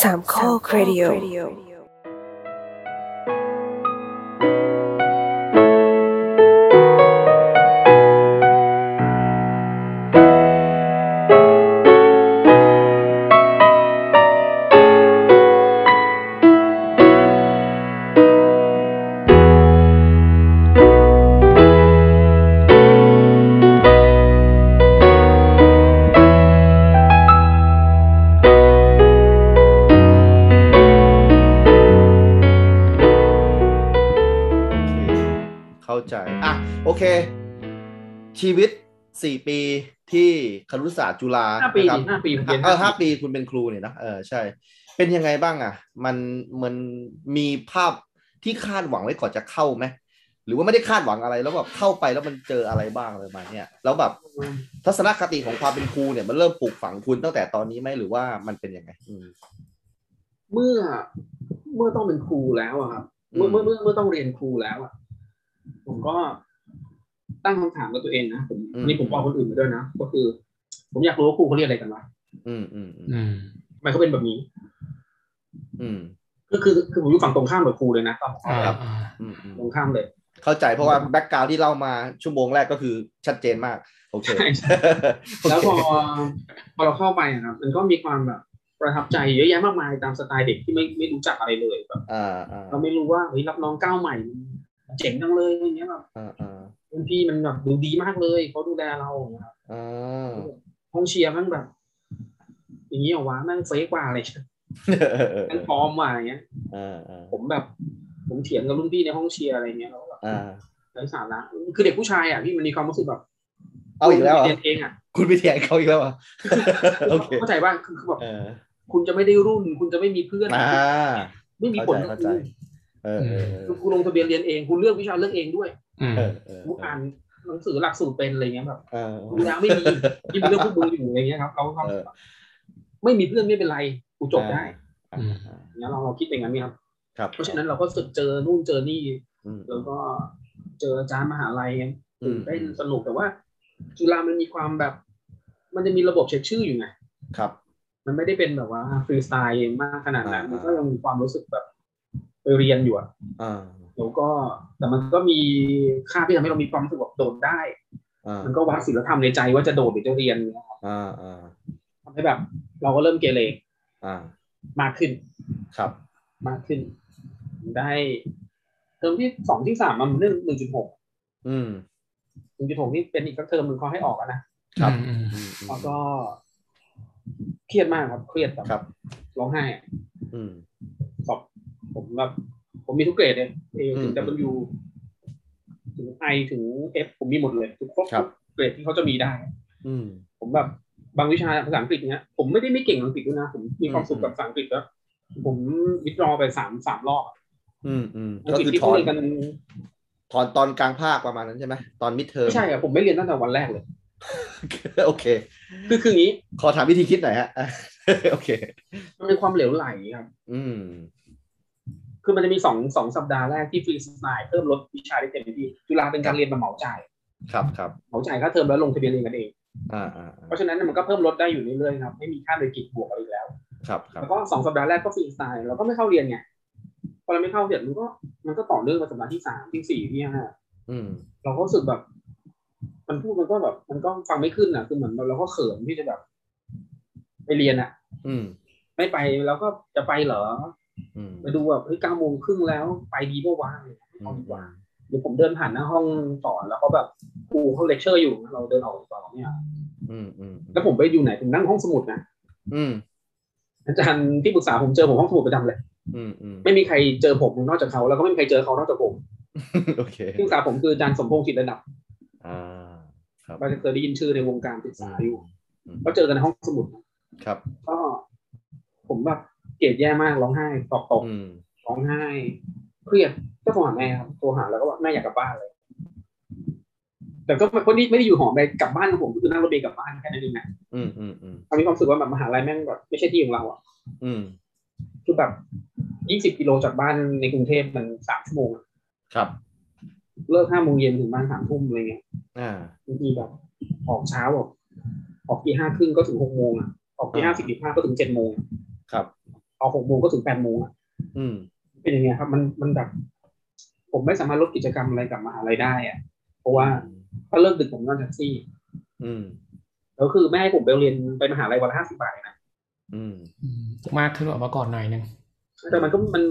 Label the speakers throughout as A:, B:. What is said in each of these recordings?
A: สามข้อครดิโอ
B: โอเคเข้าใจ อ่ะ โอเค ชีวิตสี่ปีที่ครุศาสตร์จุฬา
C: ห้าปี
B: นะครับ
C: ดิห้าปีผม
B: เอ
C: เรีย
B: อ
C: น
B: เออห้าปีคุณเป็นครูเนี่ยนะเออใช่ เป็นยังไงบ้างอ่ะ มันมันมีภาพที่คาดหวังไว้ก่อนจะเข้าไหมหรือว่าไม่ได้คาดหวังอะไรแล้วแบบเข้าไปแล้วมันเจออะไรบ้างอะไรประมาณเนี่ยแล้วแบบทัศนคติของความเป็นครูเนี่ยมันเริ่มปลูกฝังคุณตั้งแต่ตอนนี้ไหมหรือว่ามันเป็นยังไงอืม
C: เมื่อเมื่อต้องเป็นครูแล้วอะครับ เมื่อ
B: อืม
C: เมื่อเมื่อเมื่อต้องเรียนครูแล้วอะผมก็ตั้งคำถามกับตัวเองนะผมอันนี่ผมบอกคนอื่นไปด้วยนะก็คือ ผมอยากรู้ว่าครูเขาเรียนอะไรกันวะ
B: อืมอืมอืม
D: อืม
C: ทำไมเขาเป็นแบบนี้
B: อืม
C: ก็คือคือผมอยู่ฝั่งตรงข้ามกับครูเลยนะตอน
D: อ่า
C: ครับ
D: อ่า
B: อืมอืม
C: ตรงข้ามเลย
B: เข้าใจเพราะว่าแบ็กกราวที่เล่ามาชั่วโมงแรกก็คือชัดเจนมาก โอเค
C: ใช่ แล้วพอพอเราเข้าไปอะครับมันก็มีความแบบประทับใจเยอะแยะมากมายตามสไตล์เด็กที่ไม่ไม่รู้จักอะไรเลยแบบ
B: อ่าอ่า
C: เราไม่รู้ว่าเฮ้ยรับน้องก้าวใหม่มันเจ๋งจังเลยอย่างเงี้ยแบบ
B: อ่าอ่า
C: รุ่นพี่มันแบบดูดีมากเลยเขาดูแลเราอย่างเงี้ยครับ
B: อ่า
C: ห้องเชียร์แมันแบบ อย่างเงี้ยเหรอวะแม่งเฟกกว่าอะไรแม่งปลอมว่ะอย่างเงี้ย
B: อ่าอ่า
C: ผมแบบ ผมเถียงกับรุ่นพี่ในห้องเชียร์อะไรเงี้ยแล้วก็แบบ
B: อ่า
C: ไร้สาระคือเด็กผู้ชายอ่ะพี่มันมีความรู้สึกแบบ
B: เอาอีกแล้วเหรอ
C: เรียนเองอ่ะ
B: คุณไปเถียงเขาอีกแล้วเหรอโอเค
C: เข้าใจว่าคือคือแบบ
B: เออ
C: คุณจะไม่ได้รุ่น คุณจะไม่มีเพื่อน
B: อ่า
C: ไม่มีผลกับ
B: เข้าใจ
C: คุณ
B: เออเออเออ
C: คือคุณลงทะเบียนเรียนเองคุณเลือกวิชาเลือกเองด้วย
D: อืม
B: เออเออ
C: กูอ่านหนังสือหลักสูตรเป็นอะไรเงี้ยแบบ
B: เออ
C: ดูแล้วไม่มีที่มีเรื่องพวกมึงอยู่อะไรเงี้ยครับเขาเขา
B: เออ
C: ไม่มีเพื่อนไม่เป็นไรกูจบได้
B: อ่าอ่า
C: เนี้ยเราเราคิดอย่างนั้นไหมครับ
B: ครับ
C: เพราะฉะนั้นเราก็สึกเจอนู่นเจอนี่
B: อืม
C: แล้วก็เจออาจารย์มหาลัย
B: อื
C: ตื่
B: ม
C: นเต้นสนุกแต่ว่า จุฬามันมีความแบบ มันจะมีระบบเช็คชื่ออยู่ไง
B: ครับ
C: มันไม่ได้เป็นแบบว่าฟรีสไตล์มากขนาดนั้น
B: อ่ามั
C: มันก็ยังมีความรู้สึกแบบไปเรียนอยู่อะ
B: อ่า
C: แล้วก็แต่มันก็มีค่าที่ทำให้เรามีความรู้สึกแบบโดดได้
B: อ่า
C: มันก็วัดศีลธรรมในใจว่าจะโดดหรือจะเรียนเนี่ยครับ
B: อ่าอ่า
C: ทำให้แบบ เราก็เริ่มเกเร
B: อ่าม
C: ากขึ้น
B: ครับ
C: มากขึ้น ได้เทอมที่สองที่สามมันเรื่องหนึ่งจุดหก
B: อืม
C: หนึ่งจุดหกนี่เป็นอีกสักเทอมหนึ่งเขาให้ออกอะนะครับ
D: อืม
B: อืมอื
C: แล้ว
B: ม
C: ก็ เครียดมากครับ เครียดแบบ
B: ครับ
C: ร้องไห้อะ
B: อืม
C: สอบผมแบบผมมีทุกเกรดเลยเอ
B: อื
C: ถึ
B: ม
C: ง W ถึง I ถึง F ผมมีหมดเลยทุกครบ
B: ครับ
C: เกรดที่เขาจะมีได้
B: อืม
C: ผมแบบบางวิชาภาษาอังกฤษเนี้ยผมไม่ได้ไม่เก่งอังกฤษด้วยนะผมมีความสุขกับภาษาอังกฤษแล้วผมวิทรอไปสามสามรอบอะ
B: อืมอืม
C: อัง
B: ก็
C: กฤษ
B: คือ
C: ที่
B: ถ
C: เขา
B: อน
C: เรียนกัน
B: ถอนตอนกลางภาคประมาณนั้นใช่ไหมตอนมิดเทอม
C: ไม่ใช่อะผมไม่เรียนตั้งแต่วันแรกเลย
B: โอเค
C: คือคืออย่างนี้
B: ขอถามวิธีคิดหน่อยฮะ โอเค
C: มันเป็นความเหลวไหลครับ
B: อืม
C: คือมันจะมีสองสองสัปดาห์แรกที่ฟรีสไตล์เพิ่มลดวิชาได้เต็มที่จุฬาเป็นการเรียนแบบเหมาจ่าย
B: ครับครับ
C: เหมาจ่ายค่าเทอมแล้วลงทะเบียนเรียนกันเอง
B: อ่าอ่าอ่า
C: เพราะฉะนั้นมันก็เพิ่มลดได้อยู่เรื่อยๆครับไม่มีค่าโดยกิจบวกอะไรอีกแล้ว
B: ครับครับ
C: แล้วก็สองสัปดาห์แรกก็ฟรีสไตล์เราก็ไม่เข้าเรียนไงพอเราไม่เข้าเสร็จมันก็มันก็ต่อเนื่องมาสัปดาห์ที่สามที่สี่ที่ห้า
B: อืม
C: เราก็รู้สึกแบบ มันพูดมันก็แบบ มันก็ฟังไม่ขึ้นอ่ะคือเหมือนเราเราก็เขินที่จะแบบ ไปเรียนอ่ะ
B: อืม
C: ไม่ไปแล้วก็จะไปเหรอ
B: อืม
C: มาดูแบบเฮ้ยเก้าโมงครึ่งแล้วไปดีเมื่อวานเลย
B: อื
C: เอา
B: ม
C: ดีกว่าหรือผมเดินผ่านหน้าห้องสอนแล้วเขาแบบครูเขาเลคเชอร์อยู่ เราเดินออกสอนเนี่ย
B: อืมอืม
C: แล้วผมไปอยู่ไหนผมนั่งห้องสมุดนะ
B: อืม
C: อาจารย์ที่ปรึกษาผมเจอผมห้องสมุดประจำเลย
B: อืมอืม
C: ไม่มีใครเจอผมนอกจากเขาแล้วก็ไม่มีใครเจอเขานอกจากผม
B: โอเค
C: ที่ปรึกษาผมคืออาจารย์สมพงษ์จิตระดับ
B: อ่า ครับ
C: เราจะเคยได้ยินชื่อในวงการศึกษาอยู่
B: อืม
C: ก็เจอกันในห้องสมุดนะครับ ก็ผมแบบเกรดแย่มากร้องไห้ตอกตก
B: อืม
C: ร้องไห้เครียดก็โทรหาแม่ครับโทรหาแล้วก็บอกแม่อยากกลับบ้านเลย แต่ก็ไม่คนที่ไม่ได้อยู่หอไปกลับบ้านของผมก็คือนั่งรถเมล์กลับบ้านแค่นั้นเองนะ
B: อืมอืมอืม
C: เรามีความรู้สึกว่าแบบมหาลัยแม่งแบบไม่ใช่ที่ของเราอ่ะ
B: อืม
C: คือแบบยี่สิบกิโลจากบ้านในกรุงเทพมันสามชั่วโมงอะ
B: ครับ
C: เลิกห้าโมงเย็นถึงบ้านสามทุ่มอะไรเงี้ย
B: อ่า
C: บางทีแบบ ออกเช้าอ่ะออกตีห้าครึ่งก็ถึงหกโมงอ่ะออกตีห้าสิบห้าก็ถึงเจ็ดโมง
B: ครับ
C: เอาหกโมงก็ถึงแปดโมงอะ
B: อืม
C: เป็นอย่างเงี้ยครับ มันมันแบบ ผมไม่สามารถลดกิจกรรมอะไรกลับมหาลัยได้อะเพราะว่าถ้าเลิกดึกผมนอนแท็กซี่
B: อืม
C: แล้วคือแม่ให้ผมไปเรียนไปมหาลัยวันละห้าสิบบาทเองนะ
B: อืม
A: อืมมากขึ้นกว่าเมื่อก่อนหน่อยนึง
C: แต่มันก็มัน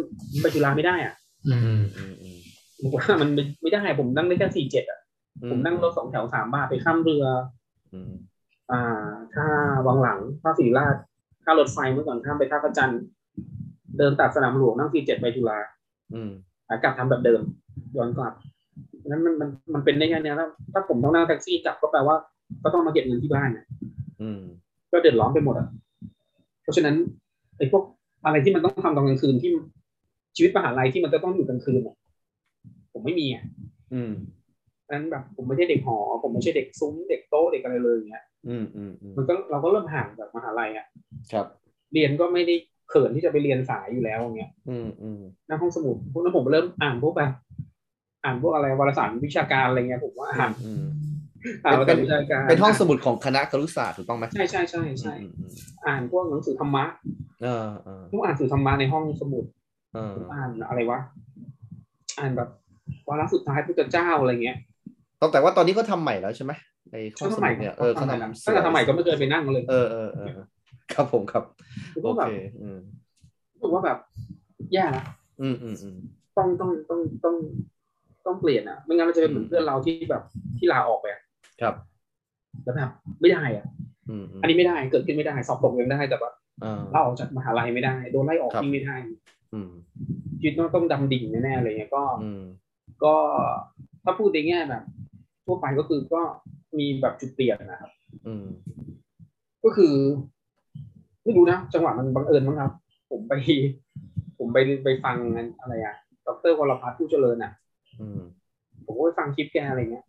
C: ไปจุฬาไม่ได้อ่ะ
A: อืม
B: อืมอืม
C: ผมว่ามันไม่ไม่ได้ผมนั่งได้แค่สี่เจ็ดอ่ะผมนั่งรถสองแถวสามบาทไปข้ามเรือ
B: อืม
C: อ่าท่าวังหลังท่าศรีราชท่ารถไฟเมื่อก่อนข้ามไปท่าพระจันทร์เดินตัดสนามหลวงนั่งฟรีเจ็ดไปจุฬา
B: อืม
C: ขากลับทำแบบเดิมย้อนกลับนั้นมันมันมันเป็นได้แค่เนี้ยถ้าถ้าผมต้องนั่งแท็กซี่กลับก็แปลว่า ก็ต้องมาเก็บเงินที่บ้านน่ะ
B: อืม
C: ก็เดือดร้อนไปหมดอ่ะเพราะฉะนั้นไอ้พวกอะไรที่มันต้องทำตอนกลางคืนที่ชีวิตมหาลัยที่มันจะต้องอยู่กลางคืนอะผมไม่มีอ่ะ
B: อืม
C: นั้นแบบผมไม่ใช่เด็กหอ ผมไม่ใช่เด็กซุ้มเด็กโต๊ะเด็กอะไรเลยอย่างเงี้ย
B: อืมอืมอืม
C: มันก็เราก็เริ่มห่างจากมหาลัยอ่ะ
B: ครับ
C: เรียนก็ไม่ได้เขินที่จะไปเรียนสายอยู่แล้วอย่างเงี้ย
B: อืมอืม
C: นั่งห้องสมุดพวกนั้นผมเริ่มอ่านพวกแบบอ่านพวกอะไรวารสารวิชาการอะไรเงี้ยผมว่าอ่าน
B: อืม
C: อ่านวาร
B: เป็
C: สาน รวิชาการ
B: เป็นห้องสมุดของคณะครุศาสตร์ถูกต้องไหม
C: ใช่ใช่ใช่ใช่
B: อืมอืม
C: อ่านพวกหนังสือธรรมะ
B: เออเออ
C: ผมอ่านสื่อธรรมะในห้องสมุด
B: เออ
C: ผมอ่านอะไรวะอ่านแบบวาระสุดท้ายพุทธเจ้าอะไรเงี้ย
B: ต้องแต่ว่าตอนนี้ก็ทำใหม่แล้วใช่ไหมในห้องสมุดเนี่ยเออเขา
C: ทำใหม่นะ
B: ทำ
C: ตั้งแต่สมัยก็ไม่เคยไปนั่งเลย
B: เออเออเออครับผมครับ
C: คือ
B: โอ
C: ว่าแบบ
B: เคอืม
C: รู้สึกว่าแบบแย่ละ
B: อืมอืมอืม
C: ต้องต้องต้องต้องต้องเปลี่ยนอ่ะไม่งั้นมันจะเป็นเหมือนเพื่อนเราที่แบบที่ลาออกไปอะ
B: ครับ
C: แล้วแบบไม่ได้อ่ะ
B: อืมอืม
C: อันนี้ไม่ได้เกิดขึ้นไม่ได้สอบตกยังได้แต่ว่า
B: เออ
C: เราออกจากมหาลัยไม่ได้โดนไล่ออก
B: ครับ
C: ที่ไม่ได้
B: อืม
C: ชีวิตต้องต้องดำดิ่งแน่ๆเลยเนี่ยก็
B: อืม
C: ก็ถ้าพูดในแง่แบบ ทั่วไปก็คือก็มีแบบจุดเปลี่ยนนะครับ
B: อืม
C: ก็คือไม่รู้นะจังหวะมันบังเอิญมั้งครับ ผมไป ผมไปไปฟังอะไรอะดรวรพัฒน์ผู้เจริญอ่ะ
B: อืม
C: ผมก็ไปฟังคลิปแกอะไรเงี้ย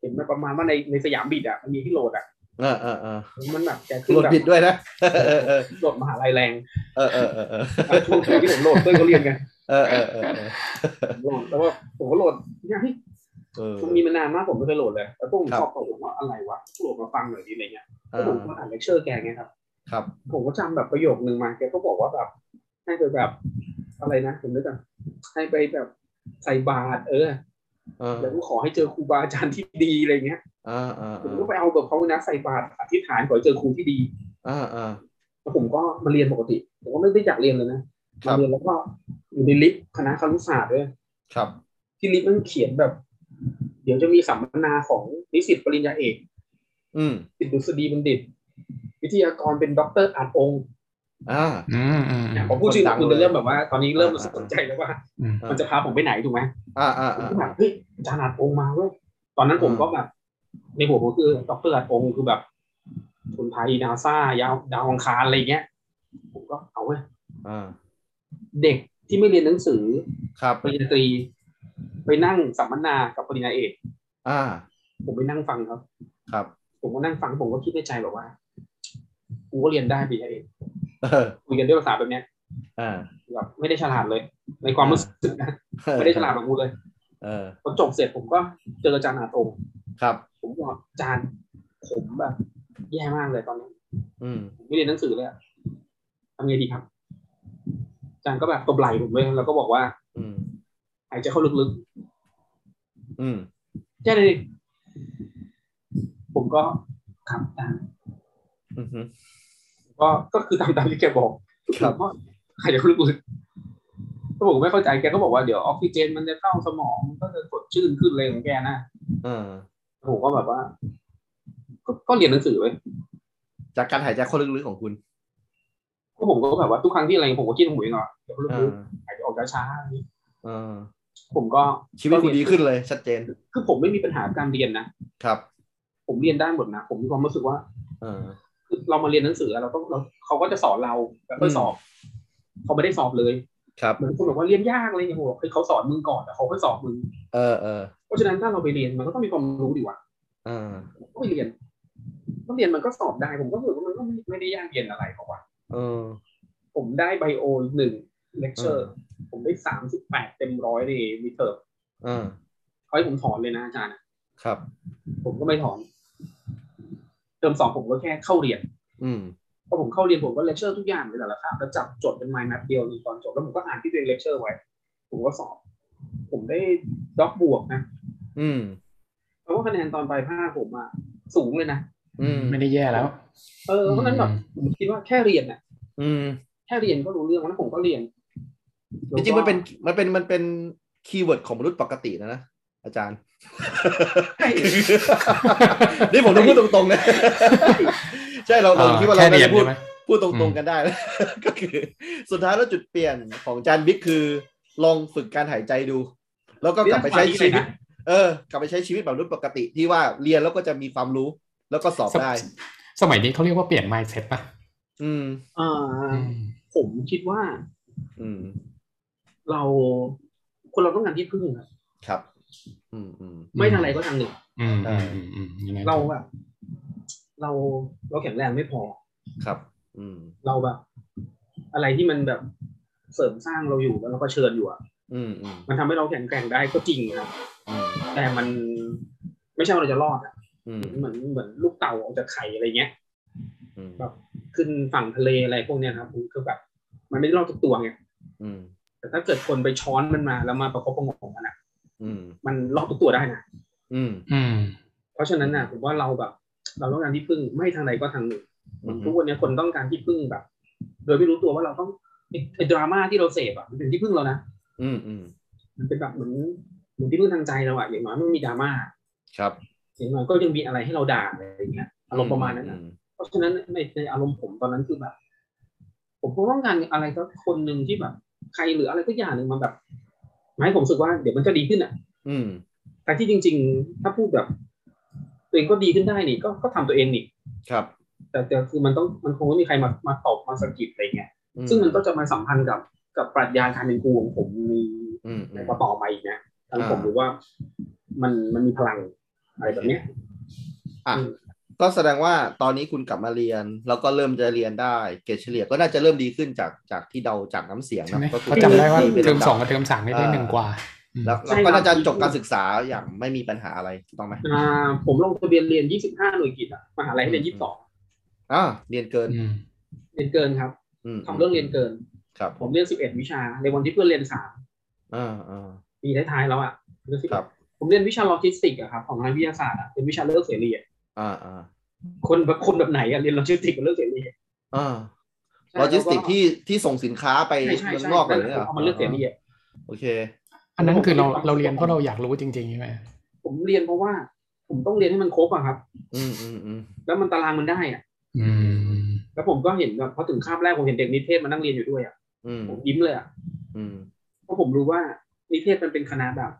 C: เห็นมันประมาณว่าในในสยามบิดอ่ะมันมีที่โหลดอ่ะ
B: เออเออเออ
C: มันแบบแก
B: โหลด
C: แบบ
B: ผิดด้วยนะเออเออเออ
C: โหลดมหาลัยแรง
B: เออเออเออเออ
C: อ่ะช่วงเทอมที่ผมโหลดเพื่อนก็เรียนกัน
B: เออเออเออเออ
C: โหลดแล้วก็ผมก็โหลดเนี่ยเฮ้ย
B: เออ
C: มันมีมานานมากผมไม่เคยโหลดเลยแล้วพวกผม
B: ครับ
C: ชอบตกผมว่าอะไรวะโหลดมาฟังหน่อยดีอะไรเงี้ย
B: เอ
C: แล้วผ
B: อ
C: มก็อ่านเลคเชอร์แกไงครับ
B: ครับ
C: ผมก็จำแบบประโยคนึงมาแกก็บอกว่าแบบให้ไปแบบอะไรนะผมนึกอ่ะให้ไปแบบใส่บาตรเออ
B: เออ
C: แล้วก็ขอให้เจอครูบาอาจารย์ที่ดีอะไรเงี้ย
B: เออเออ
C: ผมก็ไปเอาแบบเขานะใส่บาตรอธิษฐานขอให้เจอครูที่ดี
B: เออเออ
C: แล้วผมก็มาเรียนปกติผมก็ไม่ได้อยากเรียนเลยนะครับ มาเรียนแล้วก็อยู่ในลิฟต์คณะครุศาสตร์ด้วย
B: ครับ
C: ที่ลิฟต์มันเขียนแบบ เดี๋ยวจะมีสัมมนาของนิสิตปริญญาเอก
B: อืม
C: ติดดุษฎีบัณฑิต วิทยากรเป็นด็อกเตอร์อัดองค์
B: อ่า
A: อืมอืม
C: ผมพูดชื่อ
B: คนดัง
C: คุณ
B: เลย
C: จะเริ่มแบบว่า ตอนนี้เริ่ม
B: อ่า
C: สนใจแล้วว่า
A: อืม
B: อ่ามั
C: มันจะพาผมไปไหนถูกไหม
B: อ่าอ่า
C: ผม
B: อ่า
C: ก็แบบเฮ้ยอาจารย์อัดองค์มาเว้ยตอนนั้นผมก็แบบในหัวผมคือด็อกเตอร์อัดองค์คือแบบคนไทยนาซายาวดาวอังคารอะไรเงี้ยผมก็เอาเว้ย
B: อ่า
C: เด็กที่ไม่เรียนหนังสือ
B: ครับ
C: ปริญญาตรี ไปนั่งสัมมนากับปริญญาเอก
B: อ่า
C: ผมไปนั่งฟังครับ
B: ครับ
C: ผมก็นั่งฟังผมก็คิดในใจแบบว่ากูก็เรียนได้ปริญญาเอก
B: เออ
C: คุยกันด้วยภาษาแบบเนี้ย
B: อ่า
C: แบบไม่ได้ฉลาดเลย ในความรู้สึกนะไม่ได้ฉลาดแบบกูเลย
B: เออ
C: พอจบเสร็จผมก็เจออาจารย์อาตง
B: ครับ
C: ผมบอกอาจารย์ผมแบบแย่มากเลยตอนนี้
B: อืม
C: ผมไม่เรียนหนังสือเลยอะทำไงดีครับอาจารย์ก็แบบตบไหล่ผมเลยแล้วก็บอกว่า
B: อืม
C: หายใจเข้าลึก
B: อืม
C: ๆแค่นี้นเองผมก็ครับอาจารย์
B: อืม
C: ก็ก็คือตามตามที่แกบอก
B: ครับ
C: ก็ขยับลึกๆก็ผมไม่เข้าใจแกก็บอกว่าเดี๋ยวออกซิเจนมันจะเข้าสมองมันก็จะสดชื่นขึ้นเลยของแกนะ
B: เออ
C: ผมก็แบบว่า ก็ก็เรียนหนังสือไว้ย
B: จากการหายใจเข้าลึกๆของคุณ
C: ก็ผมก็แบบว่าทุกครั้งที่อะไรผมก็คิดถึงหมวยก่อนเดี๋ยว
B: อ่า
C: ลึกๆหายใจออกช้าๆอย่างนี้
B: เออ
C: ผมก็
B: ชีวิตคุณดีขึ้นเลยชัดเจน
C: คือผมไม่มีปัญหาการเรียนนะครับ ผมเรียนได้หมดนะผมมีความรู้สึกว่า
B: เออ
C: คือเรามาเรียนหนังสือเราต้องเราเขาก็จะสอนเราแล้วค่อยสอบเขาไม่ได้สอบเลย
B: ครับ
C: เหมือนคนบอกว่าเรียนยากอะไรอย่างเงี้ยผมบอกเฮ้ยเขาสอนมึงก่อนแต่เขาค่อยสอบมึง
B: เออเออ
C: เพราะฉะนั้นถ้าเราไปเรียนมันก็ต้องมีความรู้ดิวะ
B: เออ
C: ก็ไปเรียนก็เรียนมันก็สอบได้ ผมก็รู้สึกว่ามันก็ไม่ไม่ได้ยากเย็นอะไรเพราะว่า
B: เออ
C: ผมได้ไบโอหนึ่งเลคเชอร์
B: อืม
C: ผมได้สามสิบแปดเต็มร้อยในวิเทอร์
B: เออ
C: เขาให้ผมถอนเลยนะอาจารย์
B: ครับ
C: ผมก็ไม่ถอน เทอมสองผมก็แค่เข้าเรียน
B: อืม
C: อผมเข้าเรียนผมก็เลคเชอร์ทุกอย่างเลยแต่ละคาบแล้วจับจดเป็นไมล์แมปเดียวเลยตอนจบแล้วผมก็อ่านที่ตัวเองเลคเชอร์ไว้ ผมก็สอบ ผมได้ด็อกบวกนะ
B: อืม
C: เพราะว่าคะแนนตอนปลายภาคผมอะสูงเลยนะ
B: อืม
A: ไม่ได้แย่แล้ว
C: เออเพราะฉะนั้นแบบผมคิดว่าแค่เรียนอะ
B: อืม
C: แค่เรียนก็รู้เรื่องแล้วผมก็เรียน
B: จริงๆมันเป็นมันเป็นมันเป็นคีย์เวิร์ดของมนุษย์ปกตินะนะอาจารย์ นี่ผมต้องพูดตรงๆนะ ใช่เราเราคิดว่าเรา
A: แค่เรียน
B: จะพูด
A: ใช่ไหม
B: พูดตร
A: อื
B: ง
A: ม
B: ๆกันได้นะ ก็คือ สุดท้ายแล้วจุดเปลี่ยนของจานบิ๊กคือ ลองฝึกการหายใจดู แล้วก็กลับไปใช้ชีวิต เออกลับไปใช้ชีวิตแบบมนุษย์ปกติที่ว่าเรียนแล้วก็จะมีความรู้ แล้วก็สอบได้
A: สมัยนี้เขาเรียกว่าเปลี่ยน mindset ป่ะ
B: อืม
C: อ่าผมคิดว่า
B: อืม
C: เราคนเราต้องการที่พึ่งอะ
B: ครับ อืมอืม
C: ไม่ทางใดก็ทางหนึ่ง
A: อืม
B: ใช่
A: อืมอืมอืมยังไง
C: เราแบบเราเราแข็งแรงไม่พอ
B: ครับ อืม
C: เราแบบ อะไรที่มันแบบเสริมสร้างเราอยู่แล้วเราก็เผชิญอยู่อะ
B: อืมอืม
C: มันทำให้เราแข็งแกร่งได้ก็จริงครับ
B: อืม
C: แต่มันไม่ใช่ว่าเราจะรอดอะ
B: อืม
C: เหมือนเหมือนลูกเต่าออกจากไข่อะไรเงี้ย
B: อืม
C: ขึ้นฝั่งทะเลอะไรพวกเนี้ยครับมันก็แบบ มันไม่ได้รอดทุกตัวไง
B: อืม
C: แต่ถ้าเกิดคนไปช้อนมันมาแล้วมาประคบประหงมมันอะ
B: อืม
C: มันรอดทุกตัวได้นะ
B: อืม
A: อืม
C: เพราะฉะนั้นนะผมว่าเราแบบ เราต้องการที่พึ่งไม่ทางใดก็ทางหนึ่ง
B: อืม
C: ทุกวันนี้คนต้องการที่พึ่งแบบ โดยไม่รู้ตัวว่าเราต้องไอ้ไอ้ดราม่าที่เราเสพอ่ะมันเป็นที่พึ่งเรานะ
B: อืมอืม
C: มันเป็นแบบเหมือนเหมือนที่พึ่งทางใจเราอ่ะอย่างน้อยมันมีดราม่า
B: ครับ
C: อย่างน้อยก็ยังมีอะไรให้เราด่าอะไรอย่างเงี้ยอารมณ์ประมาณนั้นนะเพราะฉะนั้นในในอารมณ์ผมตอนนั้นคือแบบ ผมก็ต้องการอะไรสัก็คนหนึ่งที่แบบ ใครหรืออะไรก็อย่างหนึ่งมันแบบมาให้ผมรู้สึกว่าเดี๋ยวมันจะดีขึ้นอ่ะ
B: อืม
C: แต่ที่จริง ๆ ถ้าพูดแบบ ตัวเองก็ดีขึ้นได้นี่ก็ก็ทำตัวเองนี่
B: ครับ
C: แต่แต่คือมันต้องมันคงไม่มีใครมามาตอบมาสะกิดอะไรเงี้ย
B: อื
C: ซึ่งมันก็จะมาสัมพันธ์กับกับปรัชญาการเป็นครูของผมใน
B: อืมอื
C: ใน
B: ม
C: ข้อต่อไปอีกนะทั้งผม
B: อ่า
C: รู้ว่ามันมันมีพลังอะไรแบบเนี้ย
B: อ่ะ
C: อืม
B: ก็แสดงว่าตอนนี้คุณกลับมาเรียน แล้วก็เริ่มจะเรียนได้ เกรดเฉลี่ยก็น่าจะเริ่มดีขึ้นจากจากที่เดาจากน้ำเสียง
A: ใช่
B: นะ
A: ไหม
B: ก็
A: เขาจำได้ว่า
B: ที่ป็น
A: เทอม
B: ลำดับ
A: สองกับเทอมสามไม่ได้
B: อ่า
A: หนึ่งกว่าอืม
B: แล้วแล้วก็น่าจะจบการศึกษาอย่างไม่มีปัญหาอะไรถูกต้องไหม
C: อ่าผมลงทะเบียนเรียน 25 หน่วยกิตอะมหาลัยให้เรียน 22
B: อ่าเรียนเกิน
A: อืม
C: เรียนเกินครับ
B: อืม
C: ทำเรื่องเรียนเกิน
B: ครับ
C: ผมเรียน 11 วิชา ในวันที่เพื่อนเรียน
B: อ่าอ่า
C: 3 ปีท้ายๆแล้วอะเรียน11
B: ครับ
C: ผมเรียนวิชาโลจิสติกส์อะครับของทางวิทยาศาสตร์อะเป็นวิชาเลือกเสรีอะ
B: อ่าอ่า
C: คนแบบคนแบบไหนอะเรียนโลจิสติกส์กับเลือกเสรี
B: อ่าโลจิสติกที่ที่ส่งสินค้าไป
C: ใช่ใช่
B: เมือง
C: ใช่
B: นอกอะไร
C: นั่น
B: เงี้ยหร
C: เอามาเลือกเสรีอะ
B: โอเค
A: อันนั้นคือเรา
C: ผม
A: เราเรียนเพราะเราอยากรู้จริงๆใช่ไหม
C: ผมเรียนเพราะว่า ผมต้องเรียนให้มันครบอะครับ
B: อืมอืมอืม
C: แล้วมันตารางมันได้อะ
A: อืม
C: แล้วผมก็เห็นแบบพอถึงคาบแรกผมเห็นเด็กนิเทศมานั่งเรียนอยู่ด้วยอ่ะ
B: อืม
C: ผมยิ้มเลยอ่ะ
B: อืม
C: เพราะผมรู้ว่านิเทศมันเป็นคณะแบบ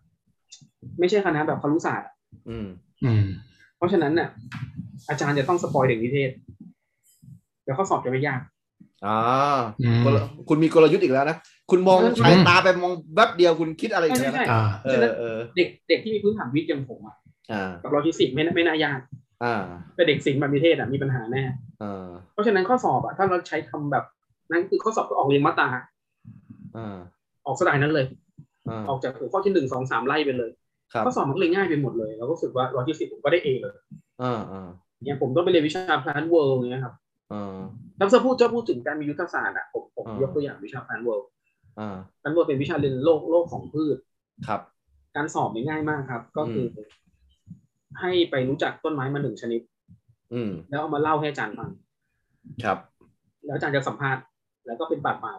C: ไม่ใช่คณะแบบครุศาสตร์อะ
B: อืม
A: อืม
C: เพราะฉะนั้นน่ะ อาจารย์จะต้องสปอยเด็กนิเทศ แล้วข้อสอบจะไม่ยาก
B: อ่า
A: อืม
B: กลคุณมีกลยุทธ์อีกแล้วนะ คุณมอง
C: อืม
B: สายตาไปมองแวบเดียวคุณคิดอะไรอีก
C: ใช่
B: แล้ว
C: ใช่
B: นะ
C: ใช่
A: อ่า
B: เออเออ
C: เด็กเด็กที่มีพื้นฐานวิทย์อย่างผมอ่ะ
B: อ่า
C: กับโลจิสติกส์ไม่น่าไม่น่ายาก
B: อ่า
C: แต่เด็กศิลป์แบบนิเทศอ่ะมีปัญหาแน่
B: อ่า
C: เพราะฉะนั้นข้อสอบอ่ะถ้าเราใช้คำแบบนั้นคือข้อสอบก็ออกเรียงมาตรา
B: อ่า
C: ออกสไตล์นั้นเลย
B: อ่า
C: ออกจากหัวข้อที่หนึ่งสองสามไล่ไปเลย
B: ครับ
C: ข้อสอบมันก็เลยง่ายไปหมดเลยเราก็รู้สึกว่าโลจิสติกส์ผมก็ได้เองเลย
B: อ่าอ่า
C: อย่างผมต้องไปเรียนวิชา plant world อย่างเงี้ยครับ
B: อ่า
C: แล้วถ้าพูดจะพูดถึงการมียุทธศาสตร์อะผมผม
B: อ่าย
C: ยกตัวอย่างวิชา plant world
B: อ่า
C: plant world เป็นวิชาเรียนโลกโลกของพืช
B: ครับ
C: การสอบเนี่ยง่ายมากครับ ก็คืออให้ไปรู้จักต้นไม้มาหนึ่งชนิด
B: อืม
C: แล้วเอามาเล่าให้อาจารย์ฟัง
B: ครับ
C: แล้วอาจารย์จะสัมภาษณ์ แล้วก็เป็นปากเปล่า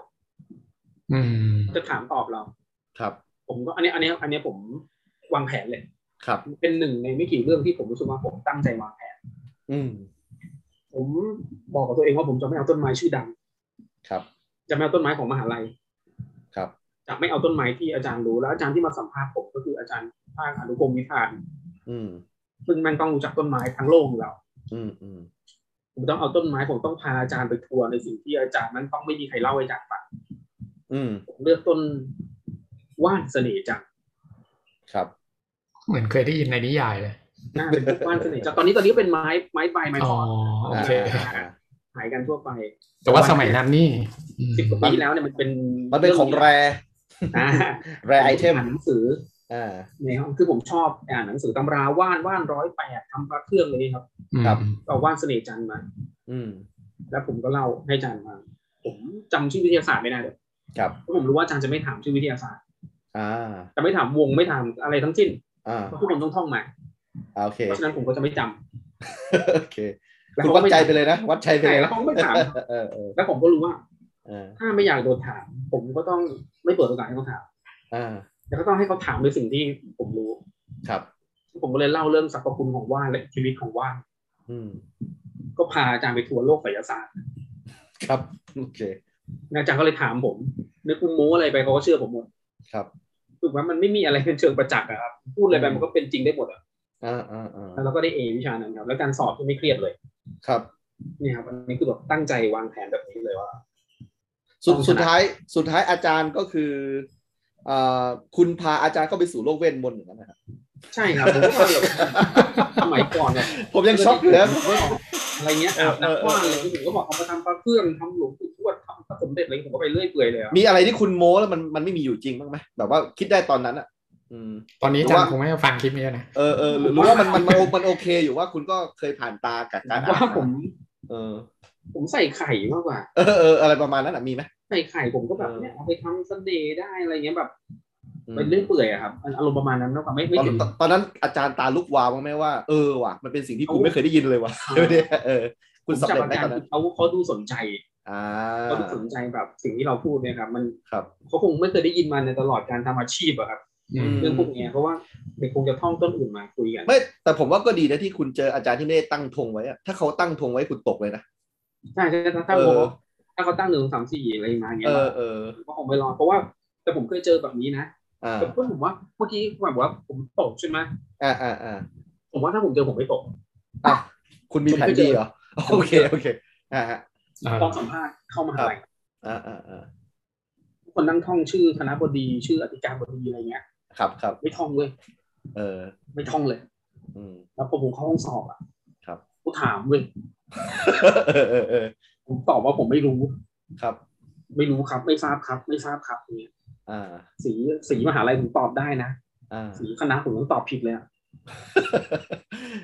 A: อืม
C: จะถามตอบเรา
B: ครับ
C: ผมก็อันเนี้ยอันเนี้ยอันเนี้ยผมวางแผนเลย
B: ครับ
C: เป็นหนึ่งในไม่กี่เรื่องที่ผมรู้สึกว่าผมตั้งใจวางแผน
B: อืม
C: ผมบอกกับตัวเองว่าผมจะไม่เอาต้นไม้ชื่อดัง
B: ครับ
C: จะไม่เอาต้นไม้ของมหาลัย
B: ครับ
C: จะไม่เอาต้นไม้ที่อาจารย์รู้แล้วอาจารย์ที่มาสัมภาษณ์ผมก็คืออาจารย์ภาคอนุกรมวิธาน
B: อืม
C: ซึ่งแม่งต้องรู้จักต้นไม้ทั้งโลกอยู่แล้ว
B: อืมอืม
C: ผมต้องเอาต้นไม้ผมต้องพาอาจารย์ไปทัวร์ในสิ่งที่อาจารย์นั้นต้องไม่มีใครเล่าให้อาจารย์ฟัง
B: อืม
C: ผมเลือกต้นว่านเสน่ห์จันทร์
B: ครับ
A: เหมือนเคยได้ยินในนิยายเลย
C: น่าเป็นว่านเสน่ห์จันทร์ตอนนี้ตอนนี้ก็เป็นไม้ไม้ใบไม้
A: อ๋
C: พ
A: อ
C: อ
A: โอเค
C: ขายกันทั่วไป
A: แต่ว่าสมัยนั้นนี่อืม
C: สิบกว่าปีที่แล้วเนี่ยมันเป็น
B: มันเป็นของแร
C: อ่า
B: แรไอเทม
C: านหนังสือ
B: อ่า
C: ในห้องคือผมชอบอ่านหนังสือตำราว่านว่านร้อยแปดทำพระเครื่องเลยครับ
A: อืม
B: ครับ
C: เอาว่านเสน่ห์จันทร์มา
B: อืม
C: แล้วผมก็เล่าให้อาจารย์ฟังผมจำชื่อวิทยาศาสตร์ไม่ได้เลย
B: ครับ
C: เพราะผมรู้ว่าอาจารย์จะไม่ถามชื่อวิทยาศาสตร์
B: อ่า
C: จะไม่ถามวงไม่ถามอะไรทั้งสิ้น
B: อ่า
C: เพราะทุกคนต้องท่องมา
B: อ่าโอเค
C: เพราะฉะนั้นผมก็จะไม่จำ
B: โอเค
C: แล้ว
B: คุณ
C: เขา
B: วัด
C: ก็ไม่
B: ใจไปเลยนะ วัดใจไป
C: ใช่
B: เลย
C: แล้ว
B: นะ
C: เขาก็ไม่ถาม
B: เออเออ
C: แล้วผมก็รู้ว่า
B: เออ
C: ถ้าไม่อยากโดนถาม ผมก็ต้องไม่เปิดโอกาสให้เขาถาม
B: อ่า
C: แล้วก็ต้องให้เขาถามในสิ่งที่ผมรู้
B: ครับ
C: ผมก็เลยเล่าเรื่องสรรพคุณของว่านและชีวิตของว่าน
B: อืม
C: ก็พาอาจารย์ไปทัวร์โลกไสยศาสตร์
B: ครับ โอเค
C: อาจารย์ก็เลยถามผมนึกกูโม้อะไรไปเขาก็เชื่อผมหมด
B: ครับ
C: ถูกไหมมันไม่มีอะไรเป็นเชิงประจักษ์อะครับพูดอะไรไปมันก็เป็นจริงได้หมดอะ
B: อ่าอ่าอ่า
C: แล้วเราก็ได้เอวิชานั้นครับแล้วการสอบที่ไม่เครียดเลย
B: ครับ
C: เนี่ยครับอันนี้คือแบบตั้งใจวางแผนแบบนี้เลยว่า
B: สุด
C: ต้องช
B: สุ
C: นะ
B: ดท้าย สุดท้ายอาจารย์ก็คืออ่าคุณพาอาจารย์เข้าไปสู่โลกเวทมนต์อย่างนั้นนะครับ
C: ใช่ครับผมก็ว่าแบบสมัยก่อนเนี่ย
B: ผมยังช็อกอยู่แล้ว
C: อะไรเงี้ย
B: เออเอ
C: นั
B: อ
C: กว่าเลยผมก็บอกเอามาทำพระเครื่องทำหลวงปู่ทวดทำพระสมเด็จอะไรผมก็ไปเรื่อยเปื่อยเลยอะ
B: มีอะไรที่คุณโม้แล้วมันมันไม่มีอยู่จริงบ้างไหมแบบว่าคิดได้ตอนนั้นอ่ะ อืม
A: ตอนนี้
B: หรือ
A: อา
B: ว่า
A: จารย์คงไม่มาฟังคลิปนี้แล้วนะ
B: เออเออหรือหรือว่ามันมันมันโอมันโอเคอยู่ว่าคุณก็เคยผ่านตากับการอ่าน
C: ว่าผม
B: เออ
C: ผมใส่ไข่มากกว่า
B: เออเอออะไรประมาณนั้นอ่ะมีไหม
C: ใส่ไข่ผมก็แบบ
B: เออ
C: เนี่ยเอาไปทำเสน่ห์ได้อะไรเงี้ยแบบ
B: อืม
C: ไปเรื่อยเปื่อยอะครับอารมณ์ประมาณนั้นมากกว่าไม่ไม่
B: ตอน
C: ถึง
B: ตอนตอนนั้นอาจารย์ตาลุกวาวบ้างไหมว่าเออว่ะมันเป็นสิ่งที่กู
C: เอา
B: ไม่เคยได้ยินเลยว่ะใช่ไหมเนี่ยเออ คุณสำเร็จ
C: ผม
B: ได้ต
C: จำ
B: อน
C: อาจาร
B: นั้น
C: ย์เขาเขาดูสนใจ
B: อ่า
C: เขาดูสนใจแบบสิ่งที่เราพูดเนี่ยครับมัน
B: ครับ
C: เขาคงไม่เคยได้ยินมาในตลอดการทำอาชีพอะครับ
A: อืม
B: ม
C: เรื่องพวกเนี้ยเพราะว่าเด็กคงจะท่องต้นอื่นมาคุยกัน
B: ไม่แต่ผมว่าก็ดีนะที่คุณเจออาจารย์ที่ไม่ได้ตั้งธงไว้อะถ้าเขาตั้งธงไว้คุณตกเลยนะ
C: ใช่ใช่ถ้าถ้า
B: เออ
C: ผมถ้าเขาตั้งหนึ่งสองสามสี่อะไรมาเงี้
B: เอย อเออ
C: ก็คงไม่รอดเพราะว่าแต่ผมเคยเจอแบบนี้นะ
B: อ่า
C: แต่ก็ผมว่าเมื่อกี้แบบว่าผมตกใช่ไหม
B: อ่าอ่าอ่า
C: ผมว่าถ้าผมเจอผมไม่ตก
B: คุณมีแผนดีเหรอโอเคโอเคอ่าฮะ
A: เออ
C: ตอนสัมภาษณ์เข้ามหาลัย
B: อ่าอ่าอ่า
C: ทุกคนนั่งท่องชื่อคณะบดีชื่ออธิการบดีอะไรเงี้ย
B: ครับครับ
C: ไม่ท่องเลย
B: เออ
C: ไม่ท่องเลย
B: อืม
C: แล้วพอผมเข้าห้องสอบอ่ะ
B: ครับ
C: กูถามเว้ย
B: เออเออเออ
C: ผมตอบว่าผมไม่รู้
B: ครับ
C: ไม่รู้ครับ ไม่ทราบครับ ไม่ทราบครับเนี่ย
B: อ่า
C: สีสีมหาลัยผมตอบได้นะ
B: อ่า
C: สีคณะผมต้องตอบผิดเลยอะ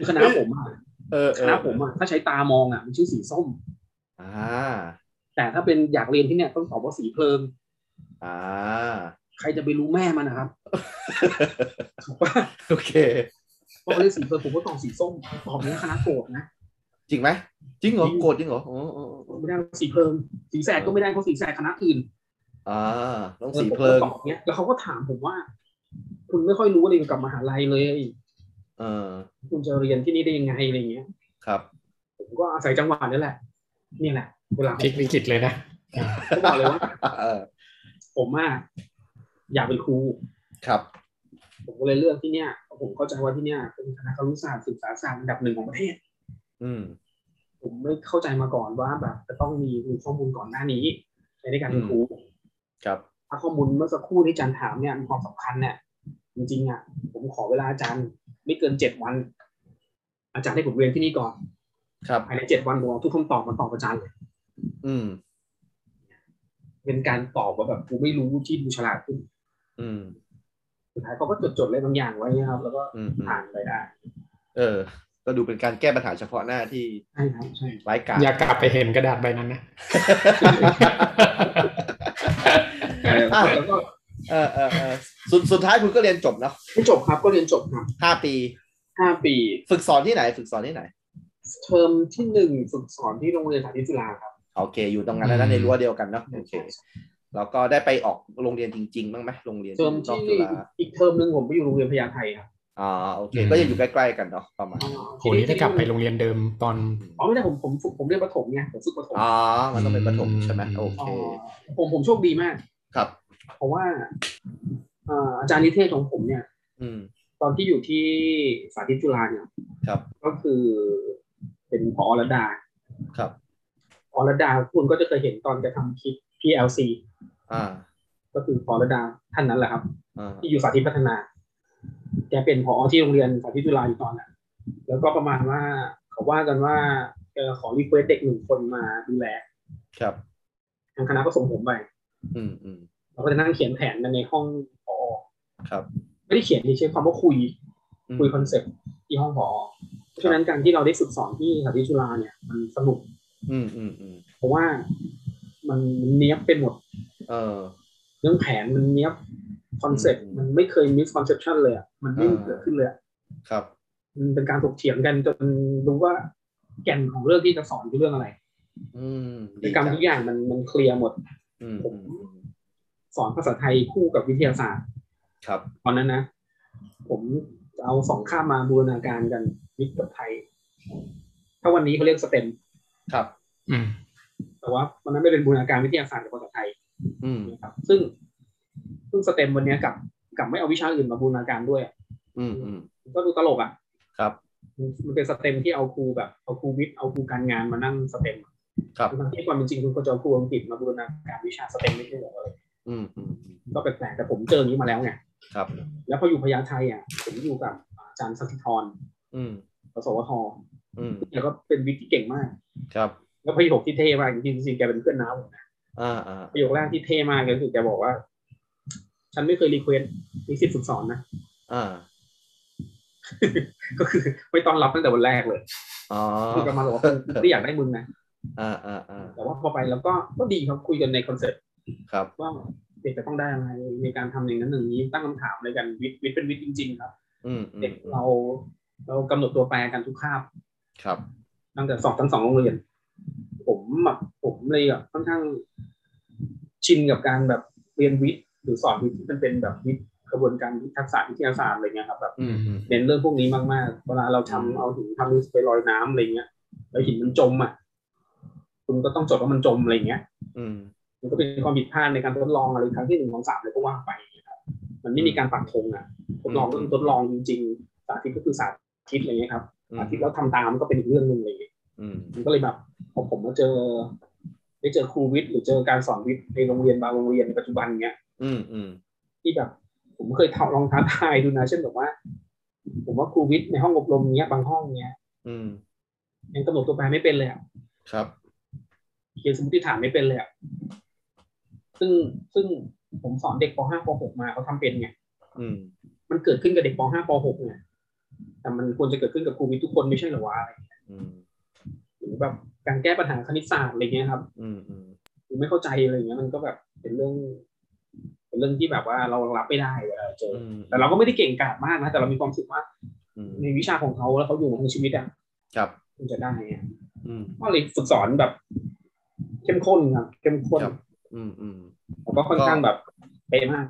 C: คณะผมอะ
B: เออเอ
C: ค
B: อ
C: ณะผมอะถ้าใช้ตามองอะมันชื่อสีส้ม
B: อ่า
C: แต่ถ้าเป็นอยากเรียนที่เนี่ยต้องตอบว่าสีเพลิง
B: อ่า
C: ใครจะไปรู้แม่มันนะครับ ถูกปะ
B: โอเค
C: เพราะเขาเรียกสีเผือกผมก็ตอบสีส้มตอบนี้คณะโกรธนะ
B: จริงไหมจริงเหรอ
C: จริง
B: โกรธจริงเหรออ๋ออ๋ออ๋อ
C: ไม่ได้สีเพิงสีแสดก็ไม่ได้เพราะสีแสดคณะอื่น
B: อ่าต้องสีเพลิง
C: ผมก็ตอบเนี้ยแล้วเขาก็ถามผมว่า คุณไม่ค่อยรู้อะไรเกี่ยวกับมหาลัยเลย
B: เออ
C: คุณจะเรียนที่นี่ได้ยังไงอะไรเงี้ย
B: ครับ
C: ผมก็อาศัยจังหวะนี่แหละนี่แหละเวลา
A: พลิกวิกฤตเลยนะอ่า
C: ผมบอกเลยว่า
B: เออ
C: ผมอะอยากเป็นครู
B: ครับ
C: ผมก็เลยเลือกที่เนี่ยผมเข้าใจว่าที่เนี่ยเป็นคณะครุศาสตร์ศึกษาศาสตร์อันดับหนึ่งของประเทศ
B: อืม
C: ผมไม่เข้าใจมาก่อนว่าแบบจะต้องมีข้อมูลก่อนหน้านี้ในการเป็นครู
B: ครับ
C: ถ้าข้อมูลเมื่อสักครู่ที่อาจารย์ถามเนี่ยมีความสำคัญเนี่ยจริงๆอ่ะผมขอเวลาอาจารย์ไม่เกินเจ็ดวัน อาจารย์ให้ผมเรียนที่นี่ก่อน
B: ครับ
C: ภายในเจ็ดวันผมเอาทุกคำตอบมาตอบอาจารย์เลย
B: อืม
C: เป็นการตอบว่าแบบกูไม่รู้ที่ดูฉลาดขึ้น
B: อืม
C: สุดท้ายเขาก็จดๆอะไรบางอย่างไว้นะครับ แล้วก็
B: อืมอืม
C: ผ่านไปได้
B: เออ ก็ดูเป็นการแก้ปัญหาเฉพาะหน้าที่
C: ใช่ครับใช่
B: ร้ายกาจ
A: อยากกลับไปเห็นกระดาษใบนั้นนะ
B: อ่ะ
C: แล้วก็
B: เออเออเออสุดสุดท้ายคุณก็เรียนจบเนาะ
C: ไม่จบครับก็เรียนจบครับ
B: ห้าปี
C: ห้าปี
B: ฝึกสอนที่ไหน ฝึกสอนที่ไหน
C: เทอมที่หนึ่งฝึกสอนที่โรงเรียนสาธิตจุฬาครับ
B: โอเค อยู่ตรงนั้นแล้วนะ
A: อืม
B: ในรั้วเดียวกันเนาะโอเค แล้วก็ได้ไปออกโรงเรียนจริงๆบ้างไหมโรงเรียน
C: เทอม
B: นอก
C: ที่
B: จุฬา
C: อีกเทอมหนึ่งผมไปอยู่โรงเรียนพญาไทครับ
B: อ๋อโอเค ก็ยังอยู่ใกล้ๆกันเนาะประมาณ
A: โหนี่ถ้ากลับไปโรงเรียนเดิมตอน
C: อ๋อไม่ได้ผมผมผมเรียนประถมไงผมฝึกประถม
B: อ๋อ มันต้องเป็นประถมใช่ไหม
A: อืม
B: โอเค
C: อผมผมโชคดีมาก
B: ครับ
C: เพราะว่าเอ่ออาจารย์นิเทศของผมเนี่ย
B: อืม
C: ตอนที่อยู่ที่สาธิตจุฬาเนี่ย
B: ครับ
C: ก็คือเป็นพอรดา
B: ครับ
C: พอรดาคุณก็จะเคยเห็นตอนจะทำคลิป PLC
B: อ่า
C: ก็คือพอรดาท่านนั้นแหละครับ
B: อ่า
C: ที่อยู่สาธิตพัฒนาแกเป็นผอที่โรงเรียนสาธิตจุฬาอยู่ตอนนั้นแล้วก็ประมาณว่าเขาว่ากันว่าเอ่อขอรีเควสเด็กหนึ่งคนมาดูแล
B: ครับ
C: ทางคณะก็ส่งผมไป
B: อืมอืม
C: เราก็จะนั่งเขียนแผนกันในห้องพอ
B: ครับ
C: ไม่ได้เขียนใช้ความว่าคุย
B: อืม
C: คุยคอนเซ็ปต์ที่ห้องพอเพราะฉะนั้นการที่เราได้ฝึกสอนที่สถาบันจุฬาเนี่ยมันสนุก
B: อืมอืมอืม
C: เพราะว่ามันมันเนี้ยบเป็นหมด
B: เออ
C: เรื่องแผนมันเนี้ยบคอนเซ็ปต์
B: อืม
C: มันไม่เคยมิสคอนเซปชันเลยอะมันไม่
B: อ่า
C: เกิดขึ้นเลยอะ
B: ครับ
C: มันเป็นการถกเถียงกันจนรู้ว่าแก่นของเรื่องที่จะสอนคือเรื่องอะไร
B: อืม
C: กิจกรรมทุกอย่างมันมันเคลียร์หมด
B: อืมอืมอืม
C: สอนภาษาไทยคู่กับวิทยาศาสตร์
B: ครับ
C: ตอนนั้นนะ ผมเอาสองข้ามมาบูรณาการกันวิทย์กับไทย ถ้าวันนี้เขาเรียกสเต็ม
B: ครับ
A: อืม
C: แต่ว่ามันนั้นไม่เป็นบูรณาการวิทยาศาสตร์กับภาษาไทย
B: อืม
C: นะครับ ซึ่งซึ่งสเต็มวันเนี้ยกลับกลับไม่เอาวิชาอื่นมาบูรณาการด้วยอะ
B: อืมอืม
C: มันก็ดูตลกอ่ะ
B: ครับ
C: มันเป็นสเต็มที่เอาครูแบบเอาครูวิทย์เอาครูการงานมานั่งสเต็มอะ
B: ครับ
C: บางที่ความเป็นจริงคุณควรจะเอาครูอังกฤษมาบูรณาการวิชาสเต็มไม่ใช่เหรออะไร
B: อืมอืมอืม
C: ก็แปลกๆแต่ผมเจออย่างนี้มาแล้วไง
B: ครับ
C: แล้วพออยู่พญาไทอ่ะผมอยู่กับอาจารย์สันติธร
B: อืม
C: กสวท
B: อืม
C: แล้วก็เป็นวิทย์ที่เก่งมาก
B: ครับ
C: แล้วประโยคที่เท่มากจริงๆจริงๆแกเป็นเพื่อนน้าผมนะ
B: อ่าอ่า
C: ประโยคแรกที่เท่มากเลยคือแกบอกว่า ฉันไม่เคยรีเควสนิสิตฝึกสอนนะ
B: อ่า
C: ก็คือไม่ต้อนรับตั้งแต่วันแรกเลย
B: อ๋อ
C: คือประมาณบอกว่าคุณไม่อยากได้มึงนะ
B: อ่าอ่าอ่า
C: แต่ว่าพอไปแล้วก็ก็ดีครับคุยกันในคอนเซ็ปต์
B: ครับ
C: ว่าเด็กจะต้องได้อะไรในการทำอย่างนั้นอย่างนี้ตั้งคำถามอะไรกันวิทย์วิทย์เป็นวิทย์จริงๆครับ
B: อืมอืม
C: เด็กเราเรากำหนดตัวแปรกันทุกคาบ
B: ครับ
C: ตั้งแต่สอบทั้งสองโรงเรียน ผมแบบผมเลยแบบค่อนข้างชินกับการแบบเรียนวิทย์หรือสอนวิทย์ที่มันเป็นแบบวิทย์กระบวนการวิทยทักษะวิทยาศาสตร์อะไรเงี้ยครับแบบ
B: อืมอืม
C: เน้นเรื่องพวกนี้มากๆ เวลาเราทำ
B: อืม
C: เอาหินทำดินไปลอยน้ำอะไรเงี้ย แล้วหินมันจมอ่ะ คุณก็ต้องจดว่ามันจมอะไรเงี้ย
B: อืม
C: มันก็เป็นความผิดพลาดในการทดลองอะไรครั้งที่หนึ่งของสามเลยก็ว่าไปนะครับมันไม่มีการปักธงอ่ะ ทดลองก็คือทดลองจริงๆ สาธิตก็คือสาธิตอะไรเงี้ยครับ
B: อืม
C: สาธิตแล้วทำตามก็เป็นอีกเรื่องหนึ่งอะไรเลย
B: อืม
C: มันก็เลยแบบพอผมมาเจอ ได้เจอครูวิทย์หรือเจอการสอนวิทย์ในโรงเรียนบางโรงเรียนในปัจจุบันเนี้ย
B: อืมอืม
C: ที่แบบผมเคยทดลองท้าทายดูนะเช่นแบบว่า ผมว่าครูวิทย์ในห้องอบรมเนี้ยบางห้องเนี้ย
B: อืม
C: ยังกำหนดตัวแปรไม่เป็นเลยอะ
B: ครับ
C: เขียนสมมติฐานไม่เป็นเลยอะซึ่งซึ่งผมสอนเด็กป .5 ป .6 มาเขาทำเป็นไง
B: อืม
C: มันเกิดขึ้นกับเด็กป .5 ป .6 ไงแต่มันควรจะเกิดขึ้นกับครูวิทย์ทุกคนไม่ใช่เหรอวะอะไรอย่างเงี้ย
B: อืม
C: หรือแบบการแก้ปัญหาคณิตศาสตร์อะไรเงี้ยครับ
B: อืมอืม
C: หรือไม่เข้าใจอะไรเงี้ยมันก็แบบเป็นเรื่อง เป็นเรื่องที่แบบว่าเรารับไม่ได้เวลาเจอ
B: อืม
C: แต่เราก็ไม่ได้เก่งกาจมากนะแต่เรามีความรู้สึกว่า
B: อืม
C: ในวิชาของเขาแล้วเขาอยู่มาทั้งชีวิตอ่ะ
B: ครับ
C: คุณจะได้อะ
B: อืม
C: ก็เลยฝึกสอนแบบ เข้มข้นครับเข้มข้น
B: ครับ อืมอืม
C: แล้วก็ค่อนข้างแบบเป๊ะมาก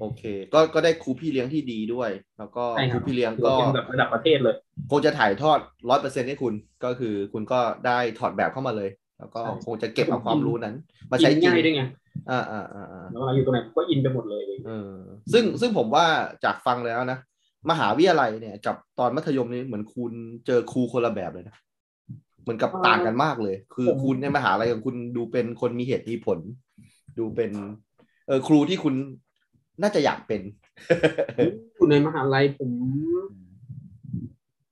B: โอเค ก็ ก็ได้ครูพี่เลี้ยงที่ดีด้วย แล้วก็
C: ใช่
B: ค
C: ครั
B: รู
C: บ
B: พี่เลี้ยง
C: ถือ
B: ก็
C: ว่าเป็นแบบระดับประเทศเลย
B: คงจะถ่ายทอดร้อยเปอร์เซ็นต์ให้คุณ ก็คือคุณก็ได้ถอดแบบเข้ามาเลย แล้วก็
C: ใช่
B: คงจะเก็บเอาความรู้นั้น มา
C: อิ
B: ใช้
C: น
B: จริง
C: ง่ายด้วยไง
B: อ่าอ่าอ่าอ่า
C: แล้วเวลาอยู่ตรงไหนก็อินไปหมดเลย
B: เออซึ่งซึ่งผมว่าจากฟังแล้วนะ มหาวิทยาลัยเนี่ย กับตอนมัธยมนี่เหมือนคุณเจอครูคนละแบบเลยนะเหมือนกับต่างกันมากเลย คือคุณในมหาลัยของคุณดูเป็นคนมีเหตุมีผล ดูเป็น เออครูที่คุณน่าจะอยากเป็น
C: อยู่ในมหาลัยผม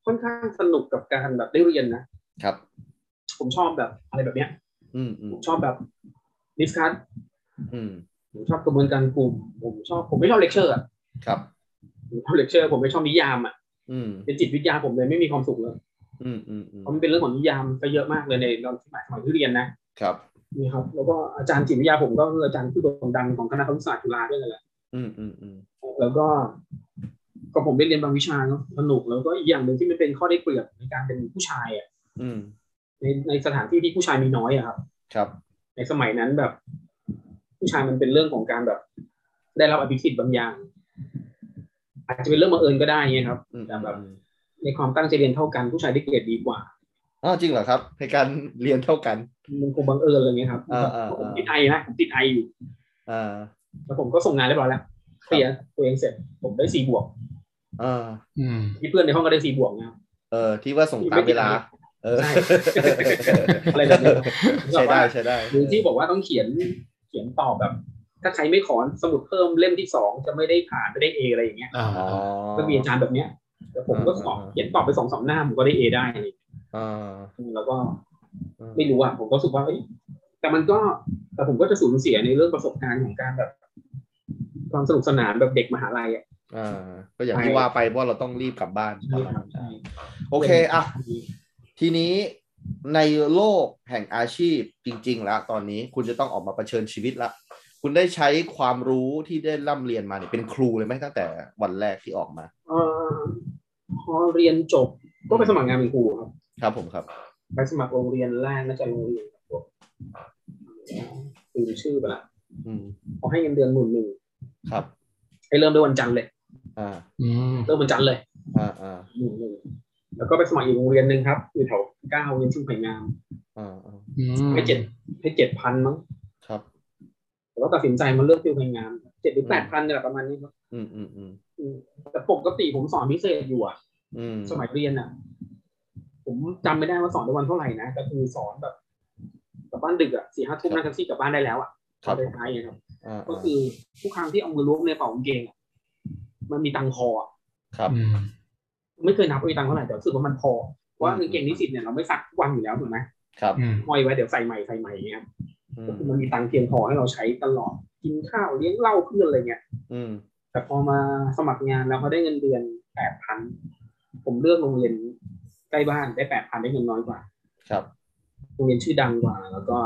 C: ค่อนข้างสนุกกับการแบบได้เรียนนะครับ ผมชอบแบบอะไรแบบเนี้ย
B: อืมอื
C: ผม มชอบแบบดิสคัท
B: อืม
C: ผมชอบกระบวนการกลุ่มผมชอบผมไม่ชอบเลคเชอร์อะ
B: ครับ
C: ผมชอบเลคเชอร์ผมไม่ชอบนิยามอ่ะ
B: อืม
C: เป็นจิตวิทยาผมเลยไม่มีความสุขเลย
B: อืมอืมอืม
C: เพราะมันเป็นเรื่องของนิยามไปเยอะมากเลยในตอนสมัยสมัยที่เรียนนะครับ นี่ครับ แล้วก็อาจารย์จิตวิทยาผมก็คืออาจารย์ผู้โด่งดังของคณะครุศาสตร์จุฬาด้วยนั่นแหละ
B: อืมอืมอืม
C: แล้วก็ก็ผมได้เรียนบางวิชาเนอะสนุกแล้วก็อีกอย่างหนึ่งที่มันเป็นข้อได้เปรียบในการเป็นผู้ชายอ่ะ
B: อืม
C: ในในสถานที่ที่ผู้ชายมีน้อยอะครับ
B: ครับ
C: ในสมัยนั้นแบบ ผู้ชายมันเป็นเรื่องของการแบบ ได้รับอภิสิทธิ์บางอย่าง อาจจะเป็นเรื่องบังเอิญก็ได้ไงครับ
B: อืม
C: แต่แบบ
B: อืม
C: ในความตั้งใจเรียนเท่ากันผู้ชายได้เกรดดีกว่า
B: อ๋อจริงเหรอครับ ในการเรียนเท่ากัน
C: มันคงบังเอิญอะไรเงี้ยครับ
B: อ่าอ่าอ่า
C: ผมติดไอนะผมติดไออยู่
B: อ่า
C: แล้วผมก็ส่งงานเรียบร้อยแล้วเคลียร์ตัวเองเสร็จ ผมได้สี่บวก
B: อ่า
A: อืม
C: ที่เพื่อนในห้องก็ได้สี่บวกนะครับ
B: เออ ที่ว่าส่งตามเวลา เออ
C: ใช่ อะไรแบบนี้
B: ใช้ได้ใช้ได้
C: หรือที่บอกว่าต้องเขียนเขียนตอบแบบ ถ้าใครไม่ขอสมุดเพิ่มเล่มที่สองจะไม่ได้ผ่านไม่ได้เออะไรอย่างเงี้ย
A: อ่า
B: อ๋อ
C: ก็มีอาจารย์แบบเนี้ยแต่ผมก็สอบ
B: อ่า
C: เขียนตอบไปสองสามหน้าผมก็ได้เอได้อะไรอย่างเงี้ย
B: อ่า
C: แล้วก็ไม่รู้อ่ะผมก็รู้สึกว่าเอ้ยแต่มันก็แต่ผมก็จะสูญเสียในเรื่องประสบการณ์ของการแบบ ความสนุกสนานแบบเด็กมหาลัยอ่ะ
B: อ่าก็อย่างที่ว่าไปเพราะเราต้องรีบกลับบ้าน
C: ใช่ครับใช่
B: โอเคอ่ะทีนี้ ในโลกแห่งอาชีพจริง ๆ แล้ว ตอนนี้คุณจะต้องออกมาเผชิญชีวิตละ คุณได้ใช้ความรู้ที่ได้ร่ำเรียนมาเนี่ยเป็นครูเลยไหมตั้งแต่วันแรกที่ออกมา
C: เออพอเรียนจบก็ไปสมัครงานเป็นครูครับ
B: ครับผมครับ
C: ไปสมัครโรงเรียนแรกน่าจะโรงเรียนแบบพวกคือชื่อไปละ
B: อืม
C: เขาให้เงินเดือนหมื่นหนึ่ง
B: ครับ
C: ให้เริ่มด้วยวันจันทร์เลย
B: อ่า
A: อืม
C: เริ่มวันจันทร์เลย
B: อ่าอ่า
C: หมื่นหนึ่งแล้วก็ไปสมัครอีกโรงเรียนหนึ่งครับอยู่แถวเก้าเรียนชื่อไผ่งาม
B: อ่าอ่า
A: อืม
C: ให้เจ็ดให้เจ็ดพันมั้ง
B: ครับ
C: แต่ว่าตัดสินใจมาเลือกชื่อไผ่งามเจ็ดหรือแปดพันนี่ยแหละประมาณนี้ครับ
B: อืมอืมอืม
C: อืมแต่ปกติผมสอนพิเศษอยู่อะ
B: อืม
C: สมัยเรียนอ่ะ ผมจำไม่ได้ว่าสอนในวันเท่าไหร่นะแต่คือสอนแบบกลับบ้านดึกอ่ะสี่ห้าทุ่มนั่งแท็กซี่กลับบ้านได้แล้วอ่ะ
B: ครับ
C: ได้ท้ายๆครับ
B: อ่า
C: ก็
B: อ่า
C: คือทุกครั้งที่เอามือล้วงในกระเป๋ากางเกงอ่ะมันมีตังค์พออะ
B: ครับ
A: อืม
C: ไม่เคยนับว่ามีตังค์เท่าไหร่แต่รู้สึกว่ามันพอเพราะว่า
B: อืม
C: กางเกงนิสิตเนี่ยเราไม่ซักทุกวันอยู่แล้วถูกไหม
B: ครับ
A: อืม
C: ห้อยไว้เดี๋ยวใส่ใหม่ใส่ใหม่อย่างเงี้ยครับ
B: อื
C: ก็
B: ม
C: คือมันมีตังค์เพียงพอให้เราใช้ตลอดกินข้าวเลี้ยงเหล้าเพื่อนอะไรเงี้ย
B: อืม
C: แต่พอมาสมัครงานแล้วเขาได้เงินเดือนแปดพันผมเลือกโรงเรียนใกล้บ้านได้แปดพันได้เงินน้อยกว่า
B: ครับ
C: โรงเรียนชื่อดังกว่า แล้วก็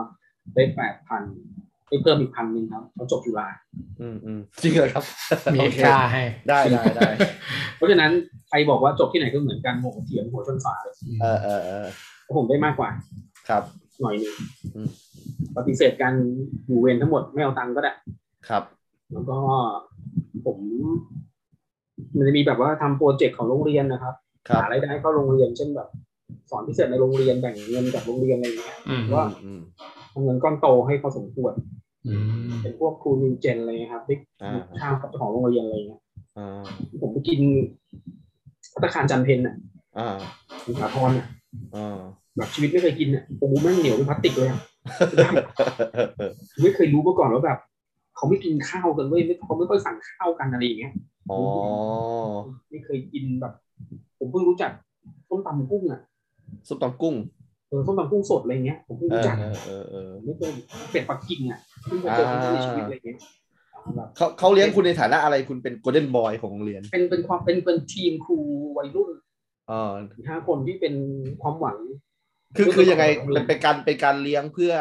C: ได้แปดพันได้เพิ่มอีกพันหนึ่งครับเขาจบจุฬา
B: อืมอืมจริงเหรอครับ
A: มี
B: โอ
A: เอ็ก
B: เค
A: ซ์ตร้าให้
B: ได้ได้ได้
C: เพราะฉะนั้นใครบอกว่าจบที่ไหนก็เหมือนกันโหเถียงหัวชนฝาเลย
B: เออเออเออ
C: ผมได้มากกว่า
B: ครับ
C: หน่อยหนึง
B: อืม
C: ปฏิเสธการอยู่เวรทั้งหมดไม่เอาตังค์ก็ได้
B: ครับ
C: แล้วก็ผม มันจะมีแบบว่าทำโปรเจกต์ของโรงเรียนนะครับ
B: ครับ
C: หารายได้เข้าโรงเรียนเช่นแบบ สอนพิเศษในโรงเรียนแบ่งเงินจากโรงเรียนอะไรอย่างเงี้ย
A: อืม
C: ว่า
B: อืม
C: เอาเงินก้อนโตให้พอสมควร
A: อืม
C: เป็นพวกครูนิวเจนอะไรเลยครับได้
B: อ่า
C: ข้าวกับเจ้าของโรงเรียนอะไรเงี้ย
B: อ่า
C: ผมไปกินพัตตาคารจันเพนน่ะ
B: อ่า
C: สงขลาพรน่ะ
B: อ่า
C: แบบชีวิตไม่เคยกินน่ะปูแม่งเหนียวเป็นพลาสติกเลยอ่ะ ไม่เคยรู้มาก่อนว่าแบบเขาไม่กินข้าวกันเว้ยไม่เขาไม่ค่อยสั่งข้าวกันอะไรอย่างเงี้ย
B: อ๋อ
C: ไม่เคยกินแบบ ผมเพิ่งรู้จักส้มตำกุ้งอ่ะ
B: ซุปตำกุ้ง
C: เออส้มตำกุ้งสดอะไรเงี้ยผมเพิ่ง
B: เอ
C: รู้
B: อ
C: จัก
B: เออเออเออ
C: ไม่เคยเป็ดปักกิ่งอ่ะเพิ่งมาเจอครั้งแรกในชีวิตอะไรเงี้ยแบบ
B: เขาเขาเลี้ยงคุณในฐานะอะไรคุณเป็นโกลเด้นบอยของโรงเรียน
C: เป็นเป็นความเป็นเป็นทีมครูวัยรุ่น
B: อ๋อ
C: สี่ห้าคนที่เป็นความหวัง
B: คือคือยังไงเป็นเป็นการเป็นการเลี้ยงเพื่อ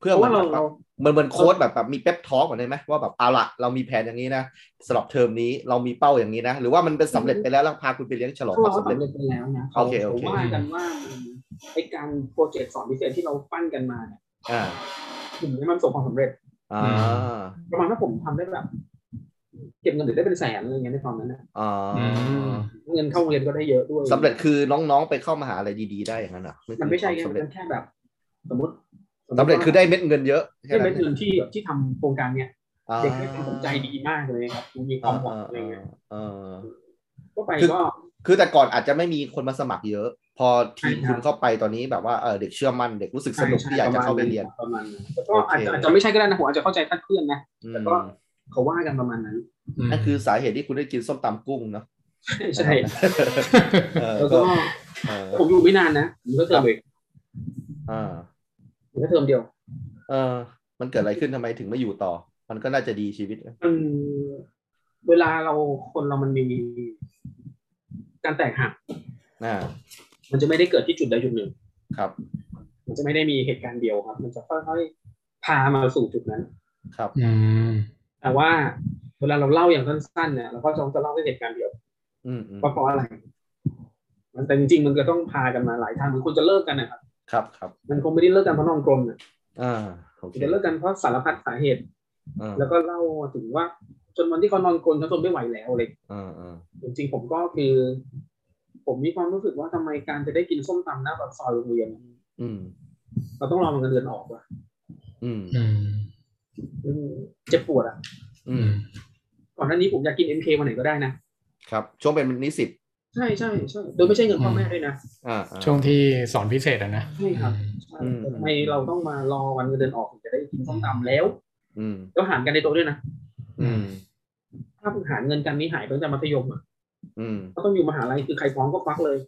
B: เพื่อ
C: เพ
B: เห
C: ราะ
B: มือ
C: ว่าน
B: แบบ
C: เราเรา
B: เหมือนเหมือนโค้ดแบบแบบมีเป๊ปท้อเหมือนได้ไหมว่าแบบเอาละเรามีแผนอย่างนี้นะสำหรับเทอมนี้เรามีเป้าอย่างนี้นะ หรือว่ามันเป็นสำเร็จไปแล้วแล้วพาคุณไปเลี้ยงฉลองค
C: เรา
B: วาม
C: ก็
B: สำเร็จ
C: สำเร็จไปแล้วนะ
B: โอเคโอ
C: ผม
B: เค
C: ว่ากันว่าไอการโปรเจกต์สอนพิเศษที่เราปั้นกันมาเนี่ย
B: อ่า
C: ถึงให้มันประสบความสำเร็จ
B: อ่า
C: ประมาณว่าผมทำได้แบบ เก็บเงินเดือนได้เป็นแสนอะไรเงี้ยในตอนนั้นนะ
B: อ่า
C: เงินเข้าโรงเรียนก็ได้เยอะด้วย
B: สำเร็จคือน้องๆไปเข้ามหาอะไรดีๆได้อย่างนั้นเหรอ่ะ
C: มันไม่ใช่แค่
B: สำเร็จ
C: มันแค่แบบ สมมติ
B: สำเร็จคือได้เม็ดเงินเยอะแค่
C: ได้
B: นั้
C: เม็
B: น
C: ดเงินที่แบบที่ทำโครงการเนี่ย
B: อ่า
C: เด็กให้ความสนใจดีมากเลยครับมีความหวังอะไรเงี้ย
B: เออ
C: ก็ไป
B: คือ
C: ก็
B: คือแต่ก่อนอาจจะไม่มีคนมาสมัครเยอะ พอทีม
C: ใช่ครับ
B: คุณเข้าไปตอนนี้แบบว่าเออเด็กเชื่อมั่นเด็กรู้สึกสนุกที่อยากจะเข้าไปเรียน
C: ประมาณนั้นแต่ก็
B: โอเค
C: อาจจะอาจจะไม่ใช่ก็ได้นะผมอาจจะเข้าใจคลาดเคลื่อนนะ แต่ก็
B: อืม
C: เขาว่ากันประมาณนั้น
B: นั่นคือสาเหตุที่คุณได้กินส้มตำกุ้งเนาะ
C: ใช่
B: เอ อ
C: แล้ว
B: ก็
C: ก็
B: เออ
C: ผมอยู่ไม่นานนะผมก็เทอมเอง
B: อ่า
C: ผมก็เทอมเดียว
B: เออ มันเกิดอะไรขึ้นทำไมถึงไม่อยู่ต่อ มันก็น่าจะดีชีวิตนะ
C: มันเวลาเราคนเรามันมีการแตกหัก
B: อ่า
C: มันจะไม่ได้เกิดที่จุดใดจุดหนึ่ง
B: ครับ
C: มันจะไม่ได้มีเหตุการณ์เดียวครับ มันจะค่อยๆพามาสู่จุดนั้น
B: ครับ
A: อืม
C: แต่ว่า เวลาเราเล่าอย่างสั้นๆเนี่ยเราก็จะจะเล่าแค่เหตุการณ์เดียว
B: อืมอืม
C: ว่าเพราะอะไร มันแต่จริงๆมันก็ต้องพากันมาหลายทางเหมือนคนจะเลิกกันนะครับ
B: ครับครับ
C: มันคงไม่ได้เลิกกันเพราะนอนกลมนะ
B: อ่าโอเค
C: มันจะเลิกกันเพราะสารพัดสาเหตุ
B: อ่า
C: แล้วก็เล่าถึงว่า จนวันที่เขานอนกลนเขาทนไม่ไหวแล้วอะไร
B: อ่าอ่า
C: จริงๆผมก็คือ ผมมีความรู้สึกว่าทำไมการจะได้กินส้มตำหน้าปากซอยโรงเรียน
B: อืม
C: เราต้องรอมันเงินเดือนออกว่ะ
B: อืม
A: อืม
C: อืมเจ็บปวดอ่ะ
B: อื
A: อื
B: ม
A: ม
C: ก่อนหน้านี้ผมอยากกิน MK วันไหนก็ได้นะครับ
B: ช่วงเป็นนิสิต
C: ใช่ใช่ใช่โดยไม่ใช่เงินพ่อแม่ด้วยนะ
B: อ่าอ่า
A: ช่วงที่สอนพิเศษอะนะ
C: ใช่ครับใช่
B: อืม
C: ทำไมเราต้องมารอวันเงินเดือนออกถึงจะได้กินส้มตำแล้ว
B: อืม
C: แล้วหารกันในโต๊ะด้วยนะ
B: อืม
C: ถ้าเพิ่งหารเงินกันนี้หายไปตั้งแต่มัธยมอ่ะ
B: อืม
C: ก็ต้องอยู่มหาลัยคือใครฟ้องก็ควักเลย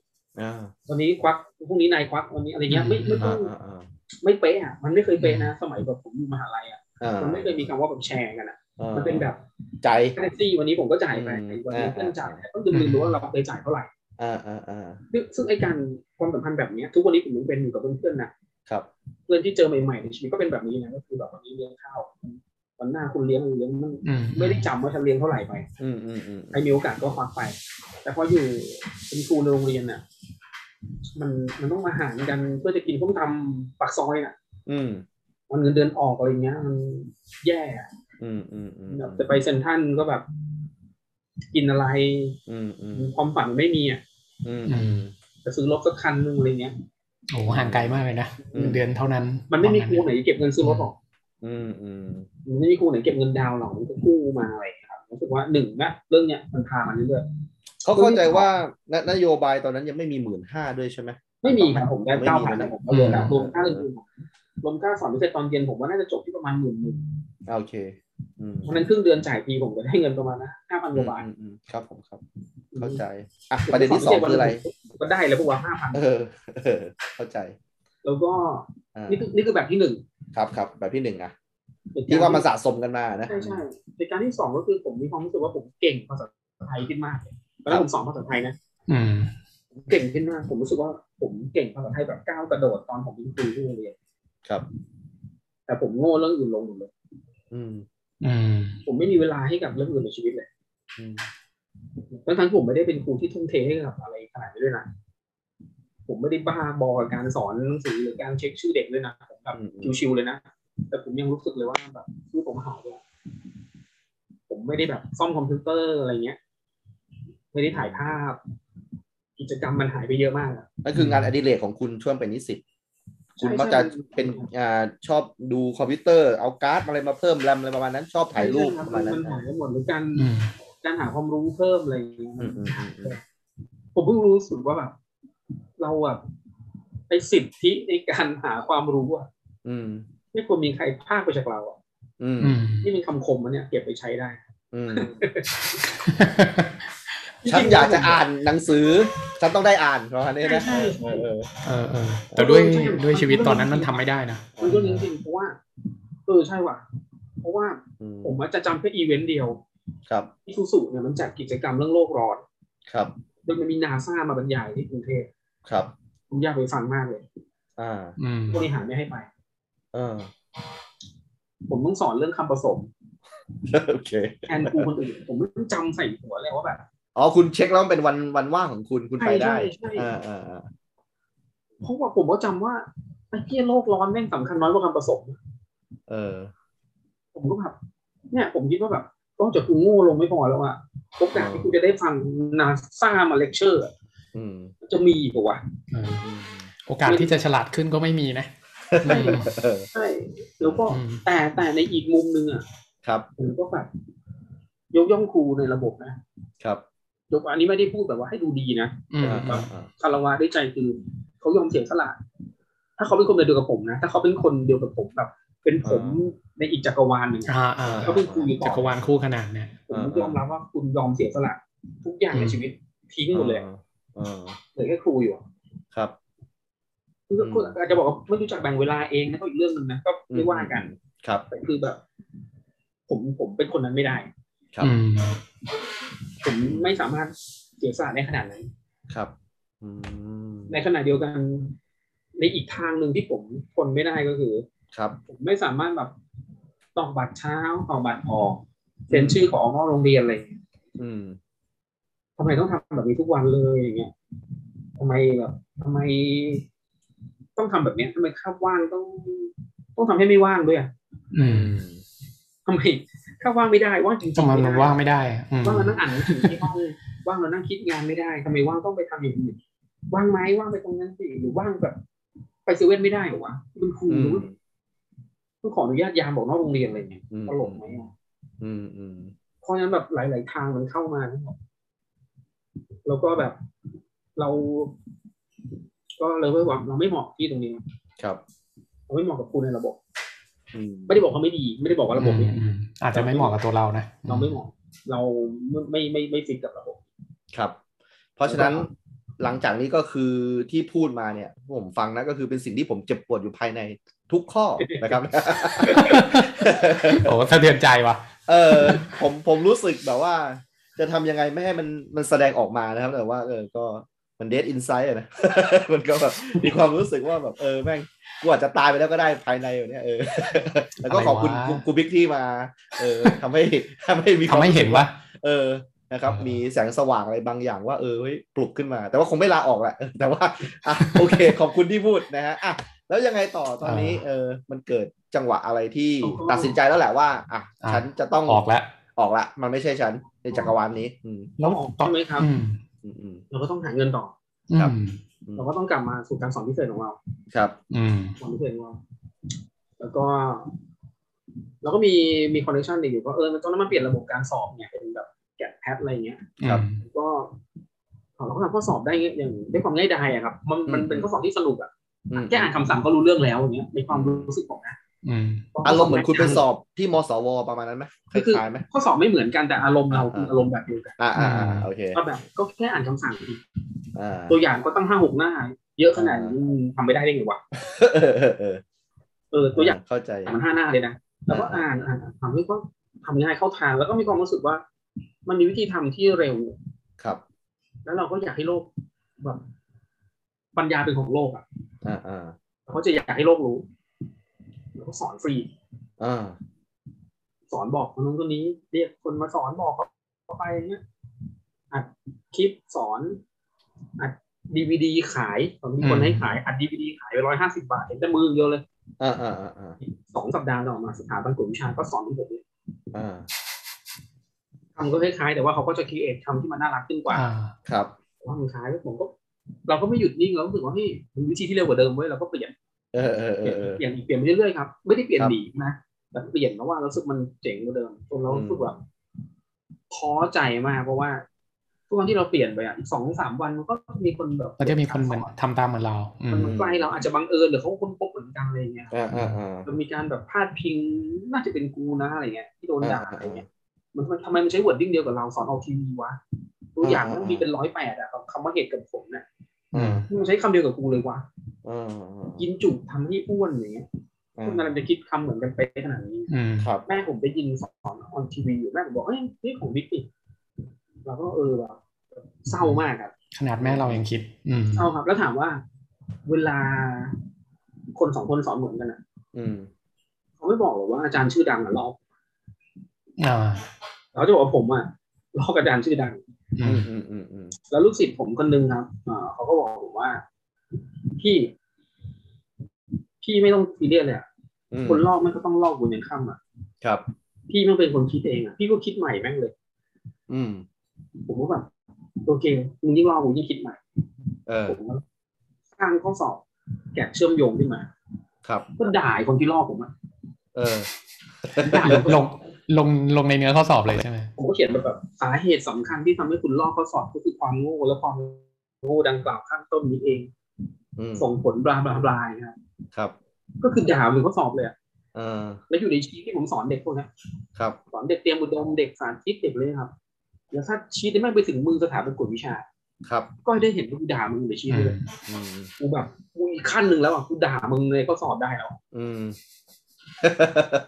B: อ่า
C: วันนี้ควักพรุ่งนี้นายควักวันนี้อะไรเงี้ยไม่ไม่ต้
B: อ่า
C: อง
B: อ่าอ่า
C: ไม่เป๊ะอ่ะมันไม่เคยเป๊ะนะ สมัยแบบผมอยู่มหาลัยอ่ะ
B: อ่า
C: มันไม่เคยมีคำว่าแบบแชร์กันอ่ะ
B: อ่า
C: มันเป็นแบบ
B: ใจ
C: แท็กซี่วันนี้ผมก็จ่ายไป
B: อืม
C: วันนี้
B: อ่า
C: เพื่อนจ่ายไปต้องดึงดูว่าเราเคยจ่ายเท่าไหร่
B: อ่าอ่าอ่า
C: ซึ่งซึ่งไอการความสัมพันธ์แบบเนี้ยทุกวันนี้ผมยังเป็นอยู่กับเพื่อนๆนะครับ เพื่อนที่เจอใหม่ๆในชีวิตก็เป็นแบบนี้นะก็คือแบบวันนี้เลี้ยงข้าววันหน้าคุณเลี้ยงเลี้ยงมัน
A: อืม
C: ไม่ได้จำว่าฉันเลี้ยงเท่าไหร่ไป
B: อืมอืมอืม
C: ใครมีโอกาสก็ควักไป แต่พออยู่เป็นครูในโรงเรียนน่ะ มันมันต้องมาหารกันเพื่อจะกินข้มตำปากซอยน่ะ
B: อืม
C: วันเงินเดือนออกอะไรเงี้ย มันแย่อะ
B: อืมอืมอืม
C: แบบจะไปเซ็นทรันก็แบบ กินอะไร
B: อืมอืม
C: ความฝันไม่มีอ่ะ
B: อืม
C: จะซื้อรถสักคันนึงอะไรเงี้ย
A: โอ้โหห่างไกลมากเลยนะ
B: อืม
A: เดือนเท่านั้น
C: มันไม่มี
A: ตอ
C: ครูไหนเก็บเงินซื้อรถหรอก
B: อืมอืม
C: มันไม่มีครูไหนเก็บเงินดาวน์หรอกมันก็กู้มาอะไรอย่างเงี้ยครับรู้สึกว่าหนึ่งนะเรื่องเนี้ยมันพามาเรื่อย
B: เขาเข้าใจว่านนโยบายตอนนั้นยังไม่มีหมื่นห้าด้วยใช่ไหม
C: ๆไม่มีครับผมได้
B: ไม่มี
C: เก้าพัน
B: นะ
C: แต่ผมก็เลยแล้วรวมค่าเรียนผมรวมค่าสอนพิเศษตอนเย็นผมว่าน่าจะจบที่ประมาณหมื่นหนึ่ง
B: อ่าโอเค อืม
C: เพราะฉะนั้นครึ่งเดือนจ่ายปีผมก็ได้เงินประมาณนะห้าพันกว่าบาท
B: อืมอืมครับผมครับ เข้าใจอ่ะประเด็นที่สอง
C: ผม
B: คืออะไร
C: ผมก็ได้แล้วพวกว่าห้าพัน
B: เออเออ เข้าใจ
C: แล้วก็
B: อ่า
C: นี่คือนี่คือแบบที่หนึ่ง
B: ครับครับแบบที่หนึ่งอ่ะที่ว่ามันสะสมกันมานะ
C: ใช่ใช่เหตุการณ์ที่สองก็คือผมมีความรู้สึกว่าผมเก่งภาษาไทยขึ้นมากตอนนั้นผมสอนภาษาไทยนะ
A: อืม
C: ผมเก่งขึ้นมากผมรู้สึกว่าผมเก่งภาษาไทยแบบก้าวกระโดดตอนผมเป็นครูที่โรงเรียน
B: ครับ
C: แต่ผมโง่เรื่องอื่นลงหมดเลย
B: อืม
A: อืม
C: ผมไม่มีเวลาให้กับเรื่องอื่นในชีวิตเลย
B: อืม
C: ทั้งทั้งๆผมไม่ได้เป็นครูที่ทุ่มเทให้กับอะไรขนาดนี้ด้วยนะผมไม่ได้บ้าบอกับการสอนหนังสือหรือการเช็คชื่อเด็กด้วยนะผมแบบ
B: อืมอืม
C: ชิวๆเลยนะ แต่ผมยังรู้สึกเลยว่าแบบลูกผมหายไปอะผมไม่ได้แบบซ่อมคอมพิวเตอร์อะไรเงี้ย ไม่ได้ถ่ายภาพ กิจกรรมมันหายไปเยอะมากอะ
B: นั่นคืองานอดิเรกของคุณช่วงเป็นนิสิตคุณ
C: ใช่
B: มักจะ
C: ใช่
B: เป็นอ่าชอบดูคอมพิวเตอร์เอาการ์ดอะไรมาเพิ่มแรมอะไรประมาณนั้นชอบถ่ายรูป
C: ใช่ครับ
B: ประ
C: มั
B: มาณ
C: น
B: นั้น
C: หายไปหมดหรือการ
A: อืม
C: การหาความรู้เพิ่มอะไรอย่างเงี้ย
B: อืมอืมอืมอืม
C: ผมเพิ่งรู้สึกว่าแบบเราแบบไอสิทธิในการหาความรู้อะ
B: อืม
C: ไม่ควรมีใครพรากไปจากเราอะ
B: อืม
A: อืม
C: นี่เป็นคำคมมันเนี่ย เก็บไปใช้ได้
B: อื มฉันอยากจะอ่านหนังสือ ฉันต้องได้อ่านประมาณนี้นะเออเออ
A: เออเออแต่ด้วยด้วยชีวิตตอนนั้นมันทำไม่ได้นะ
C: มันก็จริงๆเพราะว่าเออใช่ว่ะเพราะว่า
B: อืม
C: ผมว่าจะจำแค่อีเวนต์เดียว
B: ครับ
C: ที่ซูซูเนี่ยมันจัดกิจกรรมเรื่องโลกร้อน
B: ครับ
C: โดยมันมีนาซามาบรรยายที่กรุงเทพ
B: ครับ
C: ผมอยากไปฟังมากเลย
B: อ่า
A: อืม
C: บริหารไม่ให้ไป
B: เออ
C: ผมต้องสอนเรื่องคำผสม
B: โอเค
C: แทนครูคนอื่นผมไม่ต้องจำใส่หัวเลยว่าแบบ
B: อ๋อ คุณเช็คแล้วมันเป็นวันวันว่างของคุณคุณไปได้
C: ใช่ใช่ใช่
B: อ่าอ่าอ่า
C: เพราะว่าผมก็จำว่าไอ้ที่โลกร้อนแม่งสำคัญน้อยกว่าคำผสม
B: เออ
C: ผมก็แบบเนี่ยผมคิดว่าแบบนอกจากกูโง่ลงไม่พอแล้วอะโอกาสที่กูจะได้ฟังนาซามาเลคเชอร์อะ
B: อืม
C: มันจะมีอีกเหรอวะ
A: เออ
B: อืม
A: โอกาสที่จะฉลาดขึ้นก็ไม่มีนะอืม
B: เออ
C: ใช่แล้วก็
A: อืม
C: แต่แต่ในอีกมุมหนึ่งอะ
B: ครับ
C: ผมก็แบบยกย่องครูในระบบนะ
B: ครับ
C: ยกอันนี้ไม่ได้พูดแบบว่าให้ดูดีนะ
A: อืม
B: อ่าอ่าอ่า
C: คารวะด้วยใจคือเขายอมเสียสละถ้าเขาเป็นคนเดียวกับผมนะ ถ้าเขาเป็นคนเดียวกับผมแบบ เป็นผมในอีกจักรวาลหนึ่งอะ
A: อ่าอ่า
C: เขาเป็นครูอยู่ต่
A: จักร
C: อ
A: วาลคู่ขนานเนี่ย
C: ผมยอมรับว่าคุณยอมเสียสละทุกอย่างในชีวิตทิ้งหมดเลย
B: เออ
C: เหลือแค่ครูอยู่อะ
B: ครับ
C: คือ
B: อืม
C: อาจจะบอกว่าไม่รู้จักแบ่งเวลาเองนะก็อีกเรื่องหนึ่งนะก็ไม่ว่ากัน
B: ครับ
C: แต่คือแบบ ผมผมเป็นคนนั้นไม่ได้
B: ครับ
A: อืม
C: ผมไม่สามารถเสียสละในขนาดนั้น
B: ครับอืม
C: ในขณะเดียวกัน ในอีกทางหนึ่งที่ผมทนไม่ได้ก็คือ
B: ครับ
C: ผมไม่สามารถแบบตอกบัตรเช้าตอกบัตรออกเซ็นชื่อของออกนอกโรงเรียนอะไรอย่างเงี้ย
B: อืม
C: ทำไมต้องทำแบบนี้ทุกวันเลยอย่างเงี้ยทำไมแบบทำไม ต้องทำแบบเนี้ยทำไมคาบว่างต้อง ต้องทำให้ไม่ว่างด้วยอะ
A: อืม
C: ทำไมคาบว่างไม่ได้ว่างจริง
A: ทำ
C: ๆ
A: ไม
C: ไม่
A: มัน
C: ได้
A: ว่างไม่ได้อะอืม
C: ว่างแล้วนั่งอ่านหนังสือที่ห้องว่างแล้วนั่งคิดงานไม่ได้ทำไมว่างต้องไปทำอย่างอื่นว่างไหมว่างไปตรงนั้นสิหรือว่างแบบไปเซเว่นไม่ได้เหรอวะคุณครู
B: อืม
C: ต้องขออนุญาตยามบอกนอกโรงเรียนอะไรอย่างเงี้ย
B: อืม
C: ตลกไหมอะ
B: อืมอืม
C: เพราะฉะนั้นแบบหลาย ๆ ทางมันเข้ามาทั้งหมดแล้วก็แบบเรา ก็เลยไม่หวังเราไม่เหมาะที่ตรงนี้
B: ครับ
C: เราไม่เหมาะกับครูในระบบ
B: อืม
C: ไม่ได้บอกว่าไม่ดี ไม่ได้บอกว่าระบบไม่ดี
A: อืมอาจจะไม่เหมาะกับตัวเรานะ
C: เราไม่เหมาะ เราไม่ไม่ไม่ฟิตกับระบบ
B: ครับ เพราะฉะนั้นหลังจากนี้ก็คือที่พูดมาเนี่ยผมฟังนะก็คือเป็นสิ่งที่ผมเจ็บปวดอยู่ภายในทุกข้อนะครับ
A: โอ้สะเทือนใจว่ะ
B: เออผมผมรู้สึกแบบว่า จะทำยังไงไม่ให้มันมันแสดงออกมานะครับ แต่ว่าเออก็ มันเดทอินไซด์นะ มันก็แบบมีความรู้สึกว่าแบบเออแม่งกูอาจจะตายไปแล้วก็ได้ภายในอยู่เนี่ยเออ แล้วก็ขอบคุณ
A: อะไรวะ
B: กูกูบิ๊กที่มา เออทำให้ทำให้มีควา
A: ทำ
B: ม
A: ให้เห็นว่า
B: เออนะครับ
A: เออ
B: มีแสงสว่างอะไรบางอย่างว่าเออเฮ้ยปลุกขึ้นมา แต่ว่าคงไม่ลาออกแหละเอ อแต่ว่าอ่ะโอเค ขอบคุณที่พูดนะฮะอ่ะแล้วยังไงต่อตอนนี้เออมันเกิดจังหวะอะไรที่ตัดสินใจแล้วแหละว่าอ่ะฉันจะต้อง
A: ออกแล้ว
B: ออกละมันไม่ใช่ฉันในจักรวาลนี้ อืม
A: แล้ว
C: ออกใช่ไหมครับ
A: อืม
B: อืมอืม
C: เราก็ต้องหาเงินต่อ
B: ครับ
A: อืม
B: อืม
C: เราก็ต้องกลับมาสู่การสอนพิเศษของเรา
B: ครับ
A: อืม
C: สอนพิเศษของเรา แล้วก็ แล้วก็มีมีคอนเนคชันอีกอยู่ก็เออตอนนั้นมันเปลี่ยนระบบการสอบเนี่ยเป็นแบบแกะแพทอะไรเงี้ย
B: ครับ
C: ก็เอาเราก็ทำข้อสอบได้อย่างด้วยความง่ายดายอะครับ มันมันเป็นข้อสอบที่สนุกอะ
B: อืม
C: แค่อ่านคำสั่งก็รู้เรื่องแล้วอย่างเงี้ยในความรู้สึกผมนะ
A: อืม
B: อารมณ์เหมือนคุณไปสอบที่มสวประมาณนั้นไหมคล้ายๆไหม
C: ข้อสอบไม่เหมือนกันแต่อารมณ์เรา
B: อ่า
C: คืออารมณ์แบบเดียวกัน
B: อ่าอ่าอ่าโอเค
C: ก็แบบ ก็แค่อ่านคำสั่ง
B: อ่า
C: ตัวอย่างก็ตั้งห้าหกหน้า เยอะขนาดนี้ทำไม่ได้ได้ไงวะ
B: เออเออเออ
C: เอ อตัวอย่าง
B: เข้าใจ
C: มันห้าหน้าเลยนะแล้วก็
B: อ่า
C: อ่านอ่านอ่านทำให้ก็ทำง่ายเข้าทางแล้วก็มีความรู้สึกว่า มันมีวิธีทำที่เร็ว
B: ครับ
C: แล้วเราก็อยากให้โลกแบบปัญญาเป็นของโลกอะ
B: อ่าอ่า
C: เขาจะอยากให้โลกรู้ แล้วก็สอนฟรี
B: อ่า
C: สอนบอกคนนู้นคนนี้ เรียกคนมาสอนบอกเขาไปอย่างเงี้ยอัดคลิปสอน อัดดีวดีขายตอนมีคน
A: อืม
C: ให้ขายอัดดีวดีขายไปร้อยห้าสิบาทเห็นแต่มือเดียวเลย
B: อ่าอ่าอ่าอ่า
C: สองสัปดาห์ต่อมาสถาบันกวดวิชาก็สอนของผมเลย
B: อ่า
C: ทำก็คล้ายๆ แต่ว่าเขาก็จะคิดเอทคำที่มันน่ารักขึ้นกว่า
A: อ่า
B: ครับ
C: แต่ว่ามันคล้ายผมก็ เราก็ไม่หยุดนิ่งเรารู้สึกว่าเฮ้ยมันวิธีที่เร็วกว่าเดิมเว้ยเราก็เปลี่ยน
B: เออเออเออเออ
C: เปลี่ยนเปลี่ยนไปเรื่อยๆครับ ไม่ได้เปลี่ยน
B: ครับ
C: หนีนะแต่เปลี่ยนเพราะว่าเรารู้สึกมันเจ๋งกว่าเดิมจนเรารู้สึกแบบท้อใจมากเพราะว่า ทุกวันที่เราเปลี่ยนไปอ่ะอีกสองสามวันมันก็มีคนแบบ
A: ก็จะมีคนเหมือนทำตามเหมือนเรา อืม
C: มัน
B: อืม
C: ใกล้เราอาจจะบังเอิญหรือเขาคนพบเหมือนกันอะไรอย่างเงี้ย
B: อ่าอ่าอ่า
C: มันมีการแบบพาดพิงน่าจะเป็นกูนะอะไรเงี้ยที่โดนด่า
B: อ่า
C: อะไรเงี้ยมันมันทำไมมันใช้วอร์ดดิ้งเดียวกับเราสอนออกทีวีวะตัวอย่างมันมีเป็นร้อยแปดอะกับคำว่าเหตุกับผลเนี่ย
B: อืม
C: มันใช้คำเดียวกับกูเลยวะ
B: อ่า
C: กินจุกทำให้อ้วนอย่างเงี้ย
B: อ่า
C: คุณกำลังจะคิดคำเหมือนกันไปะขนาดนี้
A: อืม
B: ครับ
C: แม่ผมได้ยินสอนออนทีวีอยู่แม่ผมบอกเอ้ยนี่ของบิ๊กนี่เราก็เออว่ะเศร้ามากครับ
A: ขนาดแม่เรายังคิด อืม
C: เศร้าครับ แล้วถามว่า เวลาคนสองคนสอนเหมือนกันอ่ะ
B: อืม
C: เขาไม่บอกหรอกว่าอาจารย์ชื่อดังอ่ะลอก
A: อ่า
C: เขาจะบอกว่าผมอ่ะลอกอาจารย์ชื่อดัง
A: อื
B: อื
A: ม
B: มอืมอืมอืม
C: แล้วลูกศิษย์ผมคนนึงครับเอ่อเขาก็บอกผมว่า พี่ พี่ไม่ต้องซีเรียสเลยอะ
B: อืม
C: คนลอกมันก็ต้องลอกบนยันค่ำอ่ะ
B: ครับ
C: พี่ไม่เป็นคนคิดเองอ่ะพี่ก็คิดใหม่แม่งเลย
B: อืม
C: ผมก็แบบโอเคมึงยิ่งลอกกูยิ่งคิดใหม่
B: เออ
C: ผมก็สร้างข้อสอบแกะเชื่อมโยงขึ้นมา
B: ครับ
C: ก็ด่าไอ้คนที่ลอกผมอะ
B: เออ
C: ด่าผม
A: ลง ลง ลงในเนื้อข้อสอบเลยใช่ไหม
C: ผมก็เขียนแบบแบบสาเหตุสำคัญที่ทำให้คุณลอกข้อสอบก็คือความโง่และความโง่ดังกล่าวข้างต้นนี้เอง
B: อืม
C: ส่งผลบลาบลาบลานะครับ
B: ครับ
C: ก็คือด่าบนข้อสอบเลยอะ
B: เออ
C: แล้วอยู่ในชีทที่ผมสอนเด็กพวกเนี้ย
B: ครับ
C: สอนเด็กเตรียมอุดมเด็กสารชีทเด็กเลยนะครับแล้วถ้าชีทได้ไม่งไปถึงมือสถาบันกวดวิชา
B: ครับ
C: ก็ได้เห็นว่ากูด่ามึงอยู่ในชีทเลย
B: อืม
C: กูแบบกูอีกขั้นหนึ่งแล้วอ่ะกูด่ามึงในข้อสอบได้แล้วอะ
B: อืม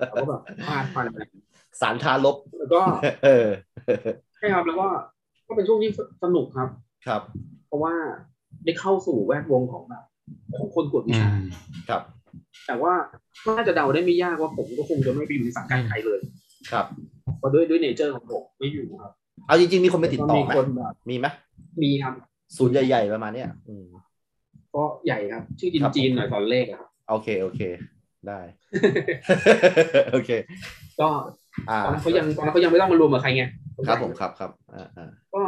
C: แต่ว่าแบบพลาดพลาดไป
B: สารทารบ
C: แล้วก็
B: เออ
C: ใช่ครับแล้วก็ก็เป็นช่วงที่สนุกครับ
B: ครับ
C: เพราะว่าได้เข้าสู่แวดวงของแบบของคนกวดวิ
A: อื
C: ชาม
B: ครับ
C: แต่ว่าน่าจะเดาได้ไม่ยากว่าผมก็คงจะไม่ไปอยู่ในสังกัดใครเลย
B: ครับ
C: เพราะด้วยด้วยเนเจอร์ของผมไม่อยู่ครับ
B: เอาจริงๆมีคนไปติดต่อ
C: มี
B: ไหม
C: คนแบบ
B: มีไหม
C: มีครับ
B: ศูนย์ใหญ่ ๆ ประมาณเนี้ยอืม
C: ก็ใหญ่ครับ ชื่อจีน
B: ครับ
C: จีนหน่อยตอนเลขอะครับ
B: โอเค โอเค ได้ โอเค
C: ก็
B: อ่า
C: ตอนนั้นเขายังตอนนั้นเขายังไม่ต้องมารวมกับใครไง
B: ครับผมครับครับอ่าอ่า
C: ก็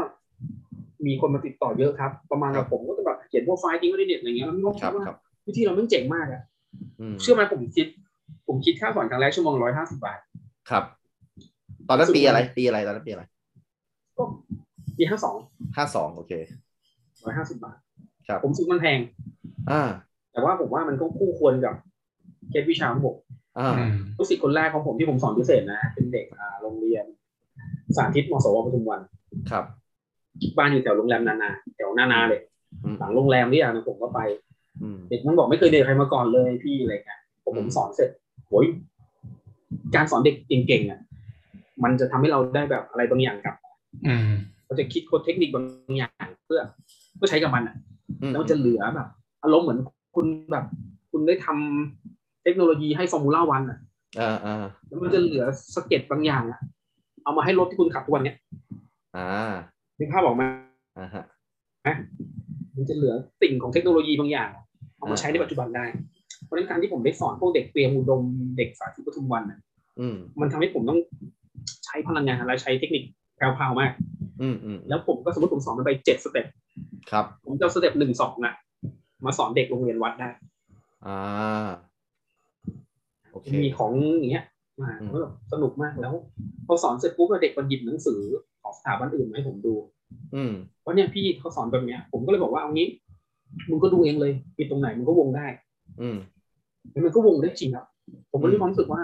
C: มีคนมาติดต่อเยอะครับ ประมาณ
B: ครั
C: ว่า
B: บ
C: ผมก็จะแบบเขียนโปรไฟล์ทิ้งไว้ในเน็ตอะไรเงี้ยแล้วมันก็
B: ค
C: คิ
B: รับ
C: ดว่า
B: ครับ
C: วิธีเราแม่งเจ๋งมากอะ
B: อืม
C: เชื่อไหมผมคิด ผมคิดค่าสอนครั้งแรกชั่วโมงร้อยห้าสิบบาท
B: ครับ ตอนนั้นปีอะไรปีอะไรตอนนั้นปีอะไร
C: ก็ปีห้าสอง
B: ห้าสองโอเค
C: ร้อยห้าสิบบาท
B: ครับ
C: ผมซื้อมันแพง
B: อ่า
C: แต่ว่าผมว่ามันก็คู่ควรกับเคสวิชาของผม
B: อ่า
A: อืม
C: ลูกศิษย์คนแรกของผมที่ผมสอนพิเศษนะ เป็นเด็กอ่าโรงเรียน สาธิตมสวปทุมวัน
B: ครับ
C: บ้านอยู่แถวโรงแรมนานาแถวนานาเลย
B: อืม
C: หลังโรงแรมนี่อย่างหนึงผมก็ไป
B: อืม
C: เด็กมันบอกไม่เคยเรียนใครมาก่อนเลยพี่อะไรเงี้ยผม
B: อืม
C: ผมสอนเสร็จโอยการสอนเด็กเก่งๆอ่ะมันจะทำให้เราได้แบบอะไรบางอย่างกลับ
A: อืม
C: เราจะคิดค้นเทคนิคบางอย่างเพื่อ ก็ใช้กับมันอะ
B: อืม
C: แล้วมันจะเหลือแบบอารมณ์เหมือนคุณแบบ คุณได้ทำเทคโนโลยีให้ฟอร์มูล่าวันอะ
B: อ่าอ่า
C: แล้วมันจะเหลือสเก็ตบางอย่างอะเอามาให้รถที่คุณขับทุกวันเนี้ย
B: อ่า
C: นึกภาพออกไหม
B: อ่าฮะ
C: มันจะเหลือสิ่งของเทคโนโลยีบางอย่าง เอามาใช้ในปัจจุบันได้ เพราะฉะนั้นการที่ผมได้สอนพวกเด็กเตรียมอุดมเด็กสาธิตปทุมวันน่ะ
B: อืม
C: มันทำให้ผมต้องใช้พลังงานและใช้เทคนิคแพรวๆมาก
B: อืมอืม
C: แล้วผมก็สมมติผมสอนมันไปเจ็ดสเต็ป
B: ครับ
C: ผมจะเอาสเต็ปหนึ่งสองอะมาสอนเด็กโรงเรียนวัดได้
B: อ่าโอเค
C: มีของอย่างเงี้ยมา
B: อืม
C: ก็แบบสนุกมากแล้ว พอสอนเสร็จปุ๊บอะเด็กมันหยิบหนังสือของสถาบันอื่นมาให้ผมดู
B: อืม
C: ว่าเนี่ยพี่เขาสอนแบบเนี้ย ผมก็เลยบอกว่าเอางี้มึงก็ดูเองเลยปิดตรงไหนมึงก็วงได้
B: อืม
C: แล้วมันก็วงได้จริงครับผมก็มีความรู้สึกว่า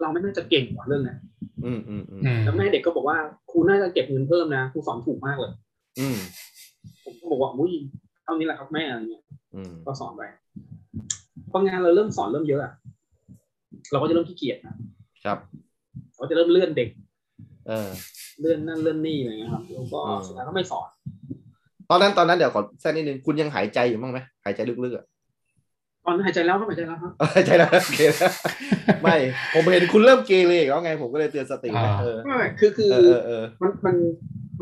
C: เราไม่น่าจะเก่งกว่าเรื่องเนี้ย
B: อืมอืมอืม
A: อืม
C: แล้วแม่เด็กก็บอกว่าครูน่าจะเก็บเงินเพิ่มนะครูสอนถูกมากเลย
B: อืม
C: ผมก็บอกว่าอุ้ยเท่านี้แหละครับแม่อะไรเงี้ย
B: อืม
C: ก็สอนไปพองานเราเริ่มสอนเริ่มเยอะอะเราก็จะเริ่มขี้เกียจนะครับ เราก็จะเริ่มเลื่อนเด็ก
B: เออ
C: เลื่อนนั่นเลื่อนนี่อะไรเงี้ยครับแล้วก็
B: อืม
C: สุดท้ายก็ไม่สอน
B: ตอนนั้นตอนนั้นเดี๋ยวขอแทรกนิดนึงคุณยังหายใจอยู่มั้างไหมหายใจลึกๆอ่ะ
C: ตอนหายใจแล้วก็หายใจแล้วครับ
B: หายใจแล้วโอเค นะไม่ผมเห็นคุณเริ่มเกเรอีกแล้วไง ผมก็เลยเตือนสตินะเออ
C: ไม่คือคือ
B: เออเออ
C: มันมัน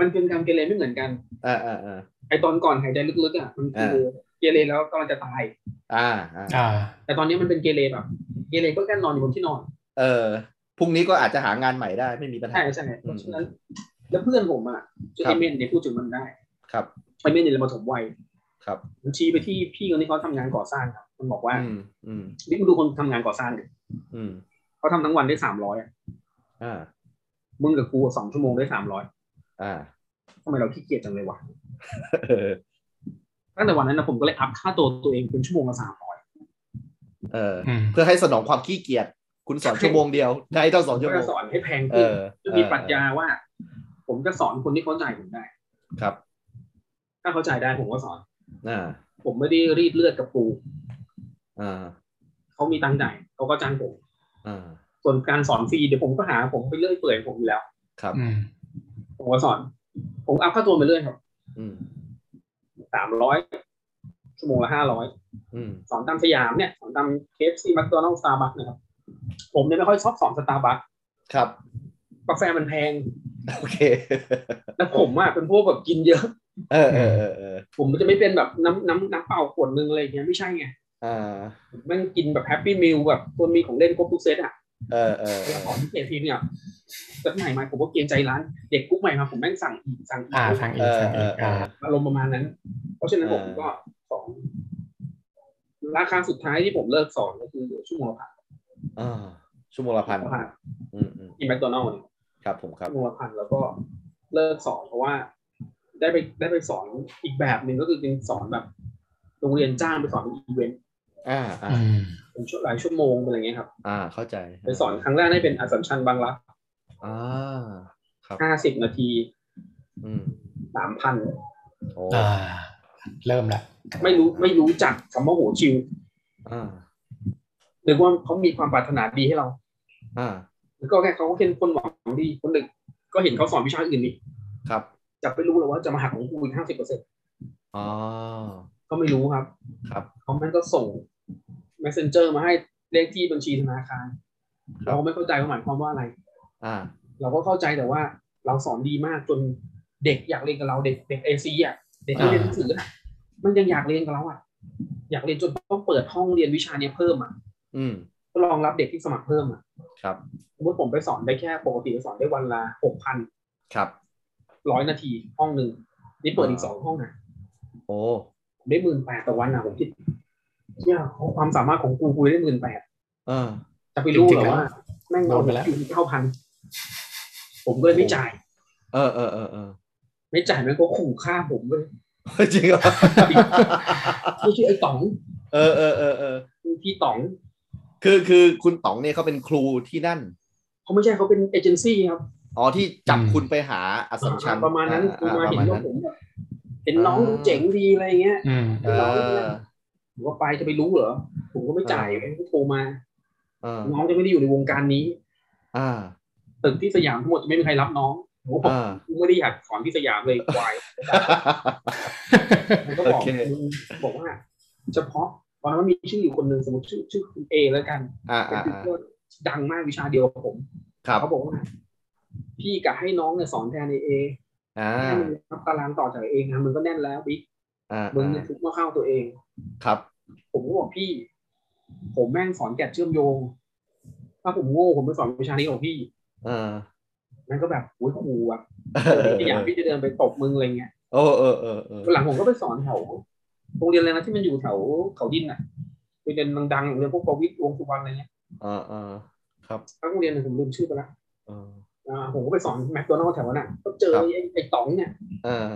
C: มันเป็นการเกเรไม่เหมือนกัน
B: เอออ่าอ่า
C: ไอตอนก่อนหายใจลึกๆอ่ะมันคือเกเรแล้วกำลังจะตาย
B: อ่าอ่า
A: อ่า
C: แต่ตอนนี้มันเป็นเกเรแบบเกเรก็แค่นอนอยู่บนที่นอน
B: เออพรุ่งนี้ก็อาจจะหางานใหม่ได้ไม่มีปัญหา
C: ใช่ใช่เพราะฉะนั้น แล้วเพื่อนผมอ่ะชื่อ
B: ครั
C: ไอบ เมนเนี่ยพูดถึงมันได้
B: ครับ
C: ไอเมนเนี่ยเรามาถมวัย
B: ครับ
C: มันชี้ไปที่พี่คนนี้เขาทำงานก่อสร้างครับมันบอกว่า
B: อืมอืม
C: นี่มึงดูคนทำงานก่อสร้างดิ
B: อืม
C: เขาทำทั้งวันได้สามร้อย
B: อ่า
C: มึงกับกูสองชั่วโมงได้สามร้อย
B: อ่า
C: ทำไมเราขี้เกียจจังเลยวะ
B: เออ
C: ตั้งแต่วันนั้นนะผมก็เลยอัพค่าตัวตัวเองเป็นชั่วโมงละสามร้อย
B: เออ
A: อืม
B: เพื่อให้สนองความขี้เกียจคุณสอนชั่วโมงเดียว ได้ต้องสองชั่วโม
C: ก็
B: ง
C: สอนให้แพง
B: เอ
C: ขึ้น
B: อ
C: จะมี
B: เออ
C: ปรัชญาว่า ผมจะสอนคนที่เข้าใจผมได้
B: ครับ
C: ถ้าเข้าใจได้ผมก็สอน
B: อ่า
C: ผมไม่ได้รีดเลือดกับปู
B: อ่า
C: เขามีตังค์จ่ายเขาก็จ้างผม
B: อ่า
C: ส่วนการสอนฟรีเดี๋ยวผมก็หาผมไปเรื่อยเปื่อยของผมอยู่แล้ว
B: ครับ
A: อืม
C: ผมก็สอน ผมอัพค่าตัวไปเรื่อยครับ
B: อืม
C: สามร้อยชั่วโมงละห้าร้อย
B: อืม
C: สอนตามสยามเนี่ยสอนตามเคฟซีมัคโดนัลด์สตาร์บัคนะครับ ผมเนี่ยไม่ค่อยชอบสอนสตาร์บัค
B: ครับ
C: กาแฟมันแพง
B: โอเค
C: แล้วผมอ่ะเป็นพวกแบบกินเยอะ
B: เออเออเออเออ
C: ผมจะไม่เป็นแบบน้ำน้ำน้ำเปล่าขวดนึงอะไรอย่างเงี้ยไม่ใช่ไง
B: อ่า
C: แมันกินแบบแฮปปี้มิลแบบคนมีของเล่นครบทุกเซตอ่ะ
B: เออเออ
C: เว
B: เอ
C: ลา
B: อ
C: ของที่เปลี่ยนทีเนี่ยเซตใหม่มาผมก็เกรงใจร้าน เด็กกุ๊กใหม่มาผมแม่งสั่งอีกสั่งอีก
A: อ่าฟังอี
B: เอกอ
A: ฟัง
B: เอ
A: อี
B: อก เอ
A: อ่า
B: อ
C: อารมณ์ประมาณนั้น เพราะฉะนั้นผม
B: อ่า
C: ก็สองราคาสุดท้ายที่ผมเลิกสอนก็คือชั่วโมงละพัน
B: อ่าชั่วโมงละพันอืมอืม
C: กินแมคโดนัลล์เนี่ย
B: ครับผมครับ
C: ชั่วโมงละพันแล้วก็เลิกสอนเพราะว่า ได้ไปได้ไปสอนอีกแบบหนึ่งก็คือเป็นสอนแบบโรงเรียนจ้างไปสอนเป็นอีเวนต์
B: อ่าอ่า
A: อืม
C: เป็นชั่วหลายชั่วโมงอะไรเงี้ยครับ
B: อ่าเข้าใจ
C: ไปสอนครั้งแรกได้เป็นอัสสัมชัญบางรัก
B: อ่าครับ
C: ห้าสิบนาที
B: อืม
C: สามพัน
B: โอ้
A: อ่า เริ่มละ
C: ไม่รู้ไม่รู้จักคำว่าโหชิว
B: อ่า
C: หรือว่าเขามีความปรารถนาดีให้เรา
B: อ่า
C: หรือก็แค่เขาเห็นคนหวังดีคนหนึ่งก็เห็นเขาสอนวิชาอื่นนี่
B: ครับ
C: จะไม่รู้หรอกว่าจะมาหักของกูอีกห้าสิบเปอร์เซ็นต์
B: อ๋อ
C: ก็ไม่รู้ครับ
B: ครับ
C: เขาแม่งก็ส่ง messenger มาให้เลขที่บัญชีธนาคารเราก็ไม่เข้าใจว่าหมายความว่าอะไร
B: อ่า
C: เราก็เข้าใจแต่ว่าเราสอนดีมากจนเด็กอยากเรียนกับเราเด็กเด็กเอซีอ่ะเด็กที่เรียนหนังสืออ่ะมันยังอยากเรียนกับเราอ่ะอยากเรียนจนต้องเปิดห้องเรียนวิชาเนี้ยเพิ่มอ่ะ
B: อืม
C: เพื่อรองรับเด็กที่สมัครเพิ่มอ่ะ
B: ครับ
C: สมมติผมไปสอนได้แค่ปกติสอนได้วันละหกพัน
B: ครับ
C: ร้อยนาทีห้องหนึ่งนี่เปิดอีก
B: อ่า
C: สองห้องนะ
B: โอ้
C: ผมได้หมื่นแปดต่อวันนะผมคิดเนี่ยความสามารถของกูกูได้หมื่นแปด
B: เออ
C: จะไปรู้เหร
A: จ
C: อง
A: ริๆแล้ว
C: ว่าแม่ง
A: โด
C: เอา
A: นไปแล้ว
C: อยู่เท่าพันผมก็เลยไม่จ่าย
B: เออเออเออเออ
C: ไม่จ่ายแม่งก็ขู่ฆ่าผมเลย
B: จริงเหรอ
C: ไม่ใช่ไอ้ต๋อง
B: เออเออเออเออ
C: พี่ต๋อง
B: คือคือคุณต๋องเนี่ยเขาเป็นครูที่นั่น
C: เขาไม่ใช่เขาเป็นเอเจนซี่ครับ
B: อ๋อที่จับ
A: อืม
B: คุณไปหาอสสัมชัญ
C: ประมาณนั้นคุ
B: อ่
C: ณมา
B: ประ
C: เห็
B: มานณ
C: ว่า
B: นั้น
C: ผมแบบเห็นน้องดูเจ๋งดีอะไรเงี้ย
A: อืม
B: เออ
C: ผมว่าไปจะไปรู้เหรอผมก็ไม่จ่ายแม่งก็โทรมา
B: เออ
C: น้องจะไม่ได้อยู่ในวงการนี้
B: อ่า
C: ตึกที่สยามทั้งหมดจะไม่มีใครรับน้อง โอ้โหผม
B: อ่า
C: กูไม่ได้อยากสอนพิสยามเลยควายมันก็บอก
B: โอเค
C: บอกว่า เฉพาะตอนนั้นมันมีชื่ออยู่คนหนึ่งสมมติชื่อชื่อคุณเอแล้วกัน
B: อ่า
C: เป็น
B: อ่า
C: พิว
B: อ่า
C: เตอร์ดังมากวิชาเดียวกับผม
B: ครับ
C: เขาบอกว่า พี่กะให้น้องเนี่ยสอนแทนไอ้เอ
B: อ่า
C: ให้มึงรับตารางต่อจากไอ้เองนะมึงก็แน่นแล้วบิ๊ก
B: อ่า
C: มึงเนี่ยทุกเมื่อเข้าตัวเอง
B: ครับ
C: ผมก็บอกพี่ ผมแม่งสอนแกะเชื่อมโยง ถ้าผมโง่ผมไปสอนวิชานี้ของพี่
B: เออ
C: มันก็แบบโอ้ยครูอ่ะพี่อยากพี่จะเดินไปตบมึงอะไรเงี้ย
B: โอ้เออเออเออ
C: วันหลังผมก็ไปสอนแถวโรงเรียนอะไรนะที่มันอยู่แถวเขาดินอ่ะโรงเรียนดังๆโรงเรียนพวกประวิทย์วงศ์สุวรรณอะไรเงี้ย
B: เออเออครับ
C: ทั้งโรงเรียนเนี่ยผมลืมชื่อไปละ
B: เออ
C: อ่าผมก็ไปสอนแมคโดนัลด์แถวนั้นอ่ะก็เจอไอ้ไอ้ต๋องเนี่ย
B: เออ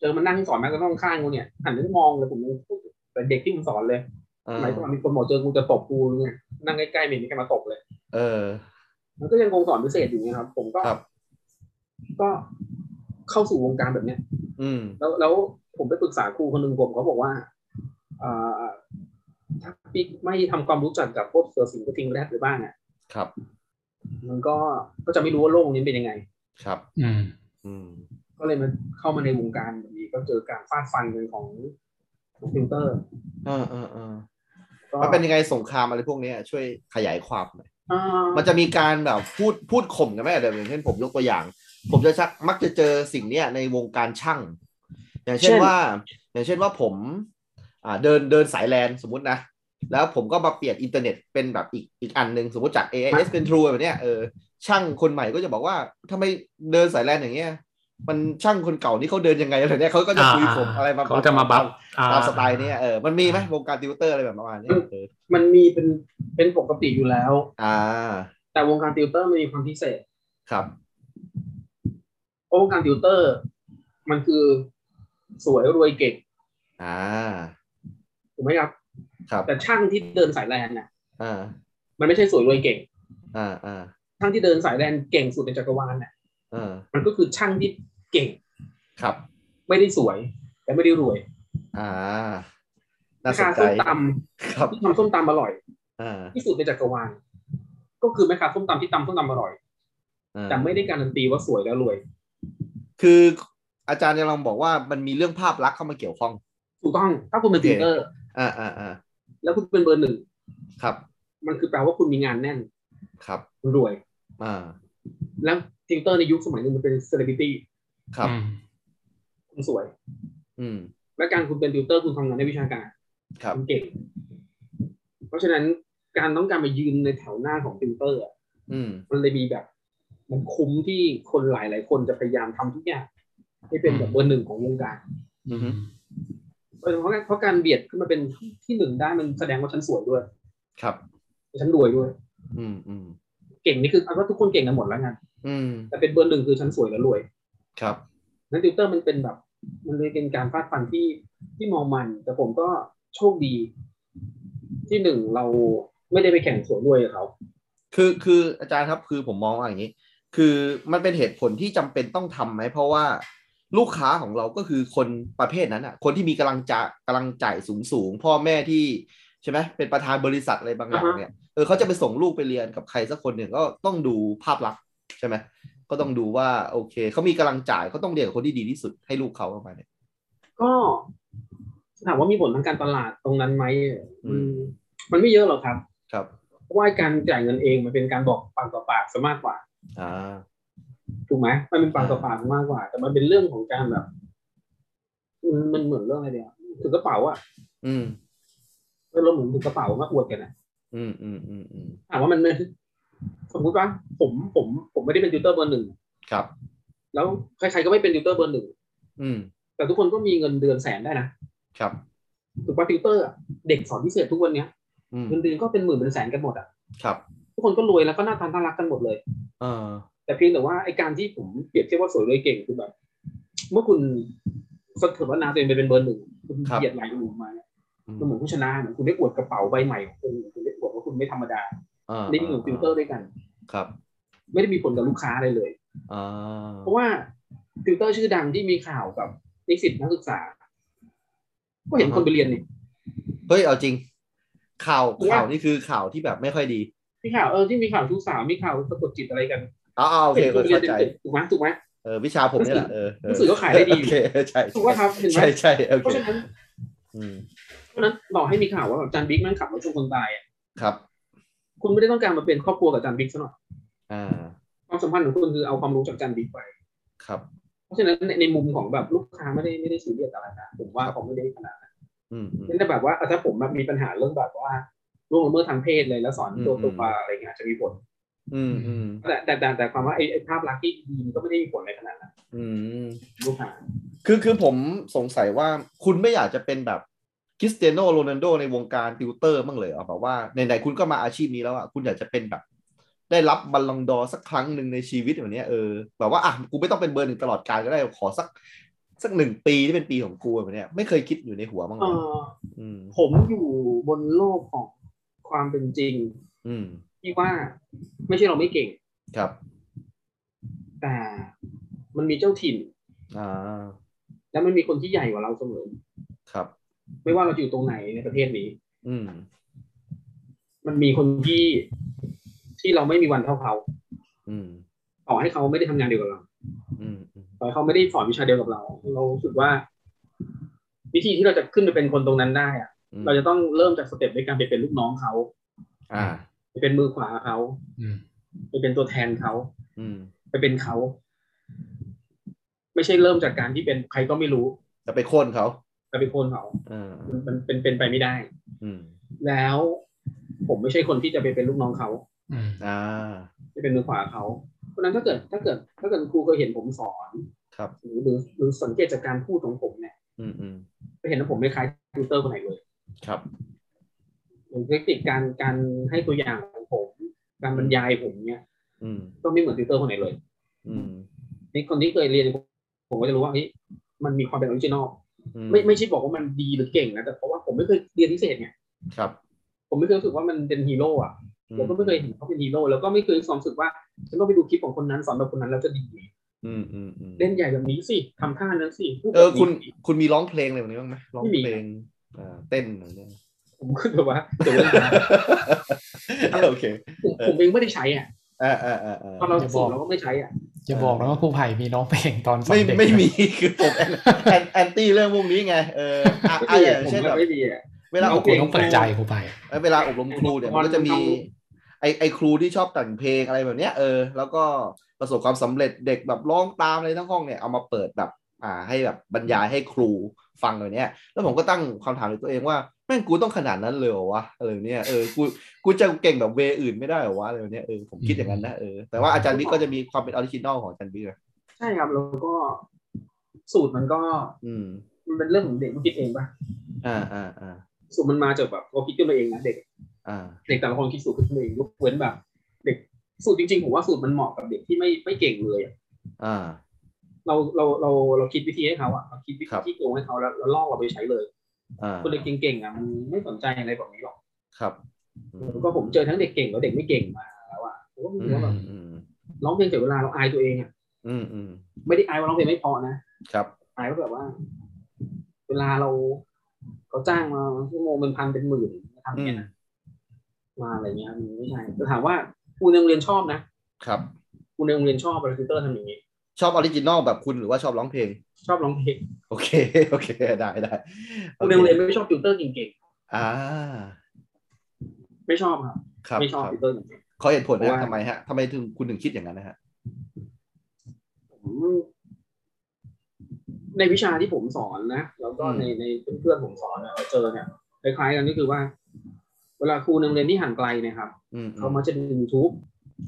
C: เจอมันนั่งสอนแมคโดนัลด์ข้างกูเนี่ยหันไปมองเลยผมยังพูดแต่เด็กที่มันสอนเลย
B: เออ
C: สมัยก่อนมีคนบอกเจอกูจะตบกูเนี่ยนั่งใกล้ๆเหม็นมีใครมาตบเลย
B: เออ
C: มันก็ยังคงสอนพิเศษอยู่นะครับ ผมก็
B: ครับ
C: ก็เข้าสู่วงการแบบเนี้ย
B: อืม
C: แล้วแล้วผมไปปรึกษาครูคนหนึ่งผมเขาบอกว่าอ่าถ้าปิ๊กไม่ทำความรู้จักกับพวกเสือสิงห์กระทิงแรดหรือบ้างอ่ะ
B: ครับ
C: มันก็ก็จะไม่รู้ว่าโลกนี้เป็นยังไง
B: ครับ
A: อืม
B: อืม
C: ก็เลยมันเข้ามาในวงการแบบนี้ก็เจอการฟาดฟันกันของคอมพิวเตอร์
B: เออเออเออ
C: ก็
B: มันเป็นยังไงสงครามอะไรพวกเนี้ยช่วยขยายความหน่อย
C: อ่า
B: มันจะมีการแบบพูดพูดข่มกันไหมเดี๋ยวอย่างเช่นผมยกตัวอย่าง ผมจะชักมักจะเจอสิ่งเนี้ยในวงการช่าง อย่างเช่นว่า อย่างเช่นว่าผม อ่าเดินเดินสายแลนสมมตินะ แล้วผมก็มาเปลี่ยนอินเทอร์เน็ตเป็นแบบอีกอีกอันหนึ่งสมมติจาก AIS เป็น True แบบเนี้ยเออช่างคนใหม่ก็จะบอกว่าทำไมเดินสายแลนอย่างเงี้ย มันช่างคนเก่านี่เขาเดินยังไงอะไรเนี่ยเขาก็จะคุยผมอะไรมา
A: เขาจะมาบัฟอ่
B: ตามสไตล์เนี้ยเออมันมีไหมวงการติวเตอร์อะไรแบบประมาณเนี้ยเออ
C: มันมีเป็นเป็นปกติอยู่แล้ว
B: อ่า
C: แต่วงการติวเตอร์มันมีความพิเศษ
B: ครับ
C: เพราะวงการติวเตอร์ มันคือสวยรวยเก่ง
B: อ่า
C: ถูกไหมครับ
B: ครับ
C: แต่ช่างที่เดินสายแลนน่ะ
B: อ่า
C: มันไม่ใช่สวยรวยเก่ง
B: อ่าอ่า
C: ช่างที่เดินสายแลนเก่งสุดในจักรวาลน่ะ
B: อ่า
C: มันก็คือช่างที่เก่ง
B: ครับ
C: ไม่ได้สวย แต่ไม่ได้รวย
B: อ่าน่า
C: รา
B: ส
C: คาน
B: ใจ
C: ส้มต
B: ครับ
C: ำที่ทำส้มตำอร่อย
B: อ่า
C: ที่สุดในจักรวาลก็คือแม่ค้าส้มตำที่ตำส้มตำอร่อย
B: อ่า
C: แต่ไม่ได้การันตีว่าสวยแล้วรวย
B: คืออาจารย์กำลังบอกว่ามันมีเรื่องภาพลักษณ์เข้ามาเกี่ยวข้อง
C: ถูกต้องถ้าคุณเป็นติวเตอร์
B: อ่าอ่าอ่า
C: แล้วคุณเป็นเบอร์หนึ่ง
B: ครับ
C: มันคือแปลว่าคุณมีงานแน่น
B: ครับ
C: คุณรวย
B: อ่า
C: แล้วติวเตอร์ในยุคสมัยนึงมันเป็นเซเลบริตี้
B: ครับ
A: อืม
C: คุณสวย
B: อืม
C: และการคุณเป็นติวเตอร์คุณทำงานในวิชาการ
B: ครับ
C: คุณเก่ง เพราะฉะนั้นการต้องการมายืนในแถวหน้าของติวเตอร์อะ
B: อืม
C: มันเลยมีแบบ มันคุ้มที่คนหลายหลายๆคนจะพยายามทำทุกอย่างให้เป็นแบบเบอร์หนึ่งของวงการ
B: อืม
C: เพราะเพราะเพราะการเบียดขึ้นมาเป็นที่หนึ่งได้มันแสดงว่าฉันสวยด้วย
B: ครับ
C: ฉันรวยด้วย
B: อืมอืม
C: เก่งนี่คือเอาว่าทุกคนเก่งกันหมดแล้วไง
B: อืม
C: แต่เป็นเบอร์หนึ่งคือฉันสวยและรวย
B: ครับ
C: นั้นติวเตอร์มันเป็นแบบ มันเลยเป็นการฟาดฟันที่ที่มองมัน แต่ผมก็โชคดี ที่หนึ่งเราไม่ได้ไปแข่งสวยรวยกับเขา
B: คือคืออาจารย์ครับคือผมมองว่าอย่างนี้ คือมันเป็นเหตุผลที่จำเป็นต้องทำไหมเพราะว่าลูกค้าของเราก็คือคนประเภทนั้นอ่ะ คนที่มีกำลังจะกำลังจ่ายสูงสูงๆพ่อแม่ที่ ใช่ไหมเป็นประธานบริษัทอะไรบางอย่าง
C: อ่าฮะ
B: เนี่ยเออเขาจะไปส่งลูกไปเรียนกับใครสักคนหนึ่งก็ต้องดูภาพลักษณ์ใช่ไหมก็ต้องดูว่าโอเคเขามีกำลังจ่ายเขาต้องเรียนกับคนที่ดีที่สุดให้ลูกเขาประมาณเนี้ย
C: ก็ถามว่ามีผลทางการตลาดตรงนั้นไหม
B: อืม
C: อืมมันไม่เยอะหรอกครับ
B: ครับ
C: เพราะว่าการจ่ายเงินเองมันเป็นการบอกปากต่อปากซะมากกว่า
B: อ่า
C: ถูกไหมมันเป็นปากต่อปากซะมากกว่า แต่มันเป็นเรื่องของการแบบมันมันเหมือนเรื่องอะไรเดียวถือกระเป๋าอะ
B: อืม
C: เออเราเหมือนถือกระเป๋ามาอวดกันอะ
B: อืมอืมอืมอืม
C: ถามว่ามันไม่สมมติว่าผมผมผมไม่ได้เป็นติวเตอร์เบอร์หนึ่ง
B: ครับ
C: แล้วใครๆก็ไม่เป็นติวเตอร์เบอร์หนึ่ง
B: อืม
C: แต่ทุกคนก็มีเงินเดือนแสนได้นะครับ ถูกป่ะติวเตอร์อะเด็กสอนพิเศษทุกวันเนี้ย
B: อืม
C: เงินเดือนก็เป็นหมื่นเป็นแสนกันหมดอะ
B: ครับ
C: ทุกคนก็รวยแล้วก็หน้าตาน่ารักกันหมดเลย
B: เออ
C: แต่เพียงแต่ว่าไอการที่ผมเปรียบเทียบว่าสวยรวยเก่งคือแบบ เมื่อคุณสถาปนาตัวเองไปเป็นเบอร์หนึ่งคุณเหยียดไหลายอื่นมา
B: อืม
C: ก็เหมือนผู้ชนะเหมือนคุณได้อวดกระเป๋าใบใหม่ของคุณคุณได้อวดว่าคุณไม่ธรรมดา
B: อ่า
C: ได้มีหนึ่งฟิลเตอร์ด้วยกัน
B: ครับ
C: ไม่ได้มีผลกับลูกค้าอะไรเลย
B: อ่า
C: เพราะว่าฟิลเตอร์ชื่อดังที่มีข่าวกับนิสิตนักศึกษา ก็เห็นคนไปเรียนนี่
B: เฮ้ยเอาจริง ข่าวข่าวนี่คือข่าวที่แบบไม่ค่อยดี
C: ที่ข่าวเออที่มีข่าวชู้สาวมีข่าวสะกดจิตอะไรกัน
B: อ๋ออ๋อโอเค
C: เป็น
B: เออเข้าใจ
C: ถูกไหมถูกไหม
B: เออวิชาผมเนี่ยแหละเออเออ
C: รู้สึกว่าขายได้ดีอยู่
B: โอเคใช่
C: ถูกไหมครับเห็นไหม
B: ใช่ใช่โอ
C: เพ
B: เค
C: ราะฉะนั้น
B: อืม
C: เพราะฉะนั้นต่อให้มีข่าวว่าแบบจันบิ๊กแม่งขับรถชนคนตายอะ
B: ครับ
C: คุณไม่ได้ต้องการมาเป็นครอบครัวกับจันบิ๊กซะหน่อย
B: อ่า
C: ความสัมพันธ์ของคุณคือเอาความรู้จากจันบิ๊กไป
B: ครับ
C: เพราะฉะนั้นในในมุมของแบบลูกค้าไม่ได้ไม่ได้ซีเรียสอะไรนะผมว่าเขาไม่ได้ขนาดนั้น
B: อืมอืม
C: แต่แบบว่าถ้าผมแบบมีปัญหาเรื่องแบบว่าล่วงละเมิดทางเพศเลยแล้วสอนตัว
B: อืม
C: ตัวมาอะไรเงี้ยจะมีผล
B: อืมอืม
C: แต่แต่แต่แต่ความว่าไอ้ไอ้ภาพลักษณ์ที่ดีมันก็ไม่ได้มีผลอะไรขนาดนั้น
B: อืม
C: ลูกค้า
B: คือคือผมสงสัยว่าคุณไม่อยากจะเป็นแบบคริสเตียโนโรนัลโดในวงการติวเตอร์บ้างเลยเหรอแบบว่าไหนๆคุณก็มาอาชีพนี้แล้วอ่ะคุณอยากจะเป็นแบบ ได้รับบัลลังก์ดอร์สักครั้งหนึ่งในชีวิตแบบเนี้ยเออแบบว่าอ่ะกูไม่ต้องเป็นเบอร์หนึ่งตลอดกาลก็ได้ขอสัก สักหนึ่งปีที่เป็นปีของกูแบบเนี้ยไม่เคยคิดอยู่ในหัวบ้างเล
C: เอ่
B: ย
C: อ
B: อืม
C: ผมอยู่บนโลกของความเป็นจริง
B: อืม
C: ที่ว่าไม่ใช่เราไม่เก่ง
B: ครับ
C: แต่มันมีเจ้าถิ่น
B: อ่า
C: และมันมีคนที่ใหญ่กว่าเราเสมอ
B: ครับ
C: ไม่ว่าเราจะอยู่ตรงไหนในประเทศนี้
B: อืม
C: มันมีคนที่ที่เราไม่มีวันเท่าเขา
B: อืม
C: ต่อให้เขาไม่ได้ทำงานเดียวกับเรา
B: อืมอืม
C: ต่อให้เขาไม่ได้สอนวิชาเดียวกับเรา เรารู้สึกว่า วิธีที่เราจะขึ้นไปเป็นคนตรงนั้นได้อะ
B: อืม
C: เราจะต้องเริ่มจากสเต็ปในการไปเป็นลูกน้องเขา
B: อ่า
C: ไปเป็นมือขวาเขา
A: อืม
C: ไปเป็นตัวแทนเขา
B: อืม
C: ไปเป็นเขา ไม่ใช่เริ่มจากการที่เป็นใครก็ไม่รู้
B: จะไปโค่นเขา
C: แต่ไปโคนเขา
B: อ่า
C: มันมันเป็นเป็นไปไม่ได้
B: อืม
C: แล้ว ผมไม่ใช่คนที่จะไปเป็นลูกน้องเขา
A: อืม
B: อ่า
C: จะเป็นมือขวาเขา เพราะฉะนั้นถ้าเกิดถ้าเกิด ถ้าเกิดครูเคยเห็นผมสอน
B: ครับ
C: หรือหรือหรือสังเกตจากการพูดของผมเนี่ย
B: อืมอืม
C: จะเห็นว่าผมไม่คล้ายติวเตอร์คนไหนเลย
B: ครับ
C: หรือเทคนิคการการให้ตัวอย่างของผม การบรรยายผมเนี่ย
B: อืม
C: ก็ไม่เหมือนติวเตอร์คนไหนเลย
B: อืม
C: นี่คนที่เคยเรียนผมก็จะรู้ว่าเฮ้ยมันมีความเป็นออริจินอล
B: อื
C: ไม่ไม่ใช่บอกว่ามันดีหรือเก่งนะแต่เพราะว่าผมไม่เคยเรียนพิเศษไง
B: ครับ
C: ผมไม่เคยรู้สึกว่ามันเป็นฮีโร่อะ
B: อื
C: แล้วก็ไม่เคยเห็นเขาเป็นฮีโร่แล้วก็ไม่เคยมีความรู้สึกว่าฉันต้องไปดูคลิปของคนนั้นสอนแบบคนนั้นแล้วจะดี
B: อืมอืมอืม
C: เล่นใหญ่แบบนี้สิทำท่านั้นสิพูด
B: เอ
C: แบ
B: อ
C: บนี้
B: คุณ
C: สิ
B: คุณมีร้องเพลงอะไรแบบนี้บ้างไหมร้อง
C: ไม่มี
B: เพลงอ่าเต้นอะไรเนี่ย
C: ผมก็แบบว่าเดี๋ยวเวลา
B: โอ เค
C: ผมผมเองไม่ได้ใช้อ่ะ
B: อ่าอ่าอ่าอ่า
C: ตอนเรา
A: อย่า
C: สูง
A: บอก
C: เราก็ไม่ใช้อ่ะ
A: อย่าบอกนะว่าครูไผ่มีน้องเพลงตอนสอน
B: ไม่
A: เด็ก
B: ไม่
A: นะ
B: มี คือผมแอนแอนแอนตี้เรื่องพวกนี้ไง เอออ่ะ
C: ไม่
B: อ่ะอย่าง
C: ดีอ่ะผม
B: เช่นแบ
C: ก็
B: บ
C: ไม่ดีอ่ะ
B: เวลา
A: ค
B: อ
A: รู
B: บ
A: ครู
B: รม
A: ต้องเปิด
B: ครู
A: ใจครูไผ่
B: เอ้ยเวลาอบรมครูเนี่ยมันก็จะมี
C: ทำ
B: ไอไอครูที่ชอบแต่งเพลงอะไรแบบเนี้ยเออแล้วก็ประสบความสำเร็จเด็กแบบร้องตามอะไรทั้งห้องเนี่ยเอามาเปิดแบบ อ่าให้แบบบรรยายให้ครูฟังเลยเนี่ยแล้วผมก็ตั้งคำถามในตัวเองว่าแม่งกูต้องขนาดนั้นเลยเหรอวะอะไรแบบเนี่ยเออกูกูจะเก่งแบบเวอื่นไม่ได้เหรอวะอะไรแบบเนี้ยเออผมคิดอย่างนั้นนะเออแต่ว่าอาจารย์บิ๊กก็จะมีความเป็นออริจินอลของอาจารย์บิ๊กนะ
C: ใช่ครับแล้วก็สูตรมันก็
B: อืม
C: มันเป็นเรื่องของเด็กมันคิดเองป่ะ
B: อ่าอ่าอ่า
C: สูตรมันมาจากแบบเขาคิดขึ้นมาเองนะเด็ก
B: อ่า
C: เด็กแต่ละคนคิดสูตรขึ้นมาเองยกเว้นแบบ เด็กสูตรจริงๆผมว่าสูตรมันเหมาะกับเด็กที่ไม่ไม่เก่งเลยอะ
B: อ่า
C: เราเราเราเราคิดวิธีให้เขาอ่ะเราคิดวิ
B: ครั
C: ธี
B: บ
C: ที่โกงให้เขาแล้วแล้วลอกเราไปใช้เลย
B: อ่า
C: คนเด็กเก่งๆอ่ะมันไม่สนใจอะไรแบบนี้หรอก
B: ครับ
C: แล้วก็ผมเจอทั้งเด็กเก่งกับเด็กไม่เก่งมาแล้วอ่ะผมก็รู้
B: อืม
C: สึกว่าแบบ
B: อืม
C: ร้องเพลงเสียเวลาเราอายตัวเองอ่ะ
B: อืมอืม
C: ไม่ได้อายว่าร้องเพลงไม่เพอนะครับ อายว่าแบบว่า เวลาเราเขาจ้างมาชั่วโมงเป็นพันเป็นหมื่นมาทำเนี่ยนะมาอะไรเงี้ยมันไม่ใช่แต่ถามว่าครูในโรงเรียนชอบนะครับ ครูในโรงเรียนชอบคอมพิวเตอร์ทำอย่างนี้
B: ชอบออริจินอลแบบคุณหรือว่าชอบร้องเพลง
C: ชอบร้องเพลง
B: โอเค โอเค ได้ได้
C: ครูในโรงเรียนไม่ชอบติวเตอร์เก่ง
B: อ่า
C: ๆไม่ชอบครับ
B: ครับ
C: ไม่ชอบ
B: ครับ
C: ติวเตอร์เก่ง
B: เขาเหตุผล
C: เพราะ
B: นะ
C: ว่า
B: ทำไมฮะทำไมถึงคุณถึงคิดอย่างนั้นนะฮะ
C: ๆผมในวิชาที่ผมสอนนะแล้วก็
B: อืม
C: ในในเพื่อนๆผมสอนอะเราเจอเนี่ยคล้ายๆกันก็คือว่า เวลาครูในโรงเรียนที่ห่างไกลเนะครับ
B: อืมอื
C: เขา
B: ม
C: มักจะดู YouTube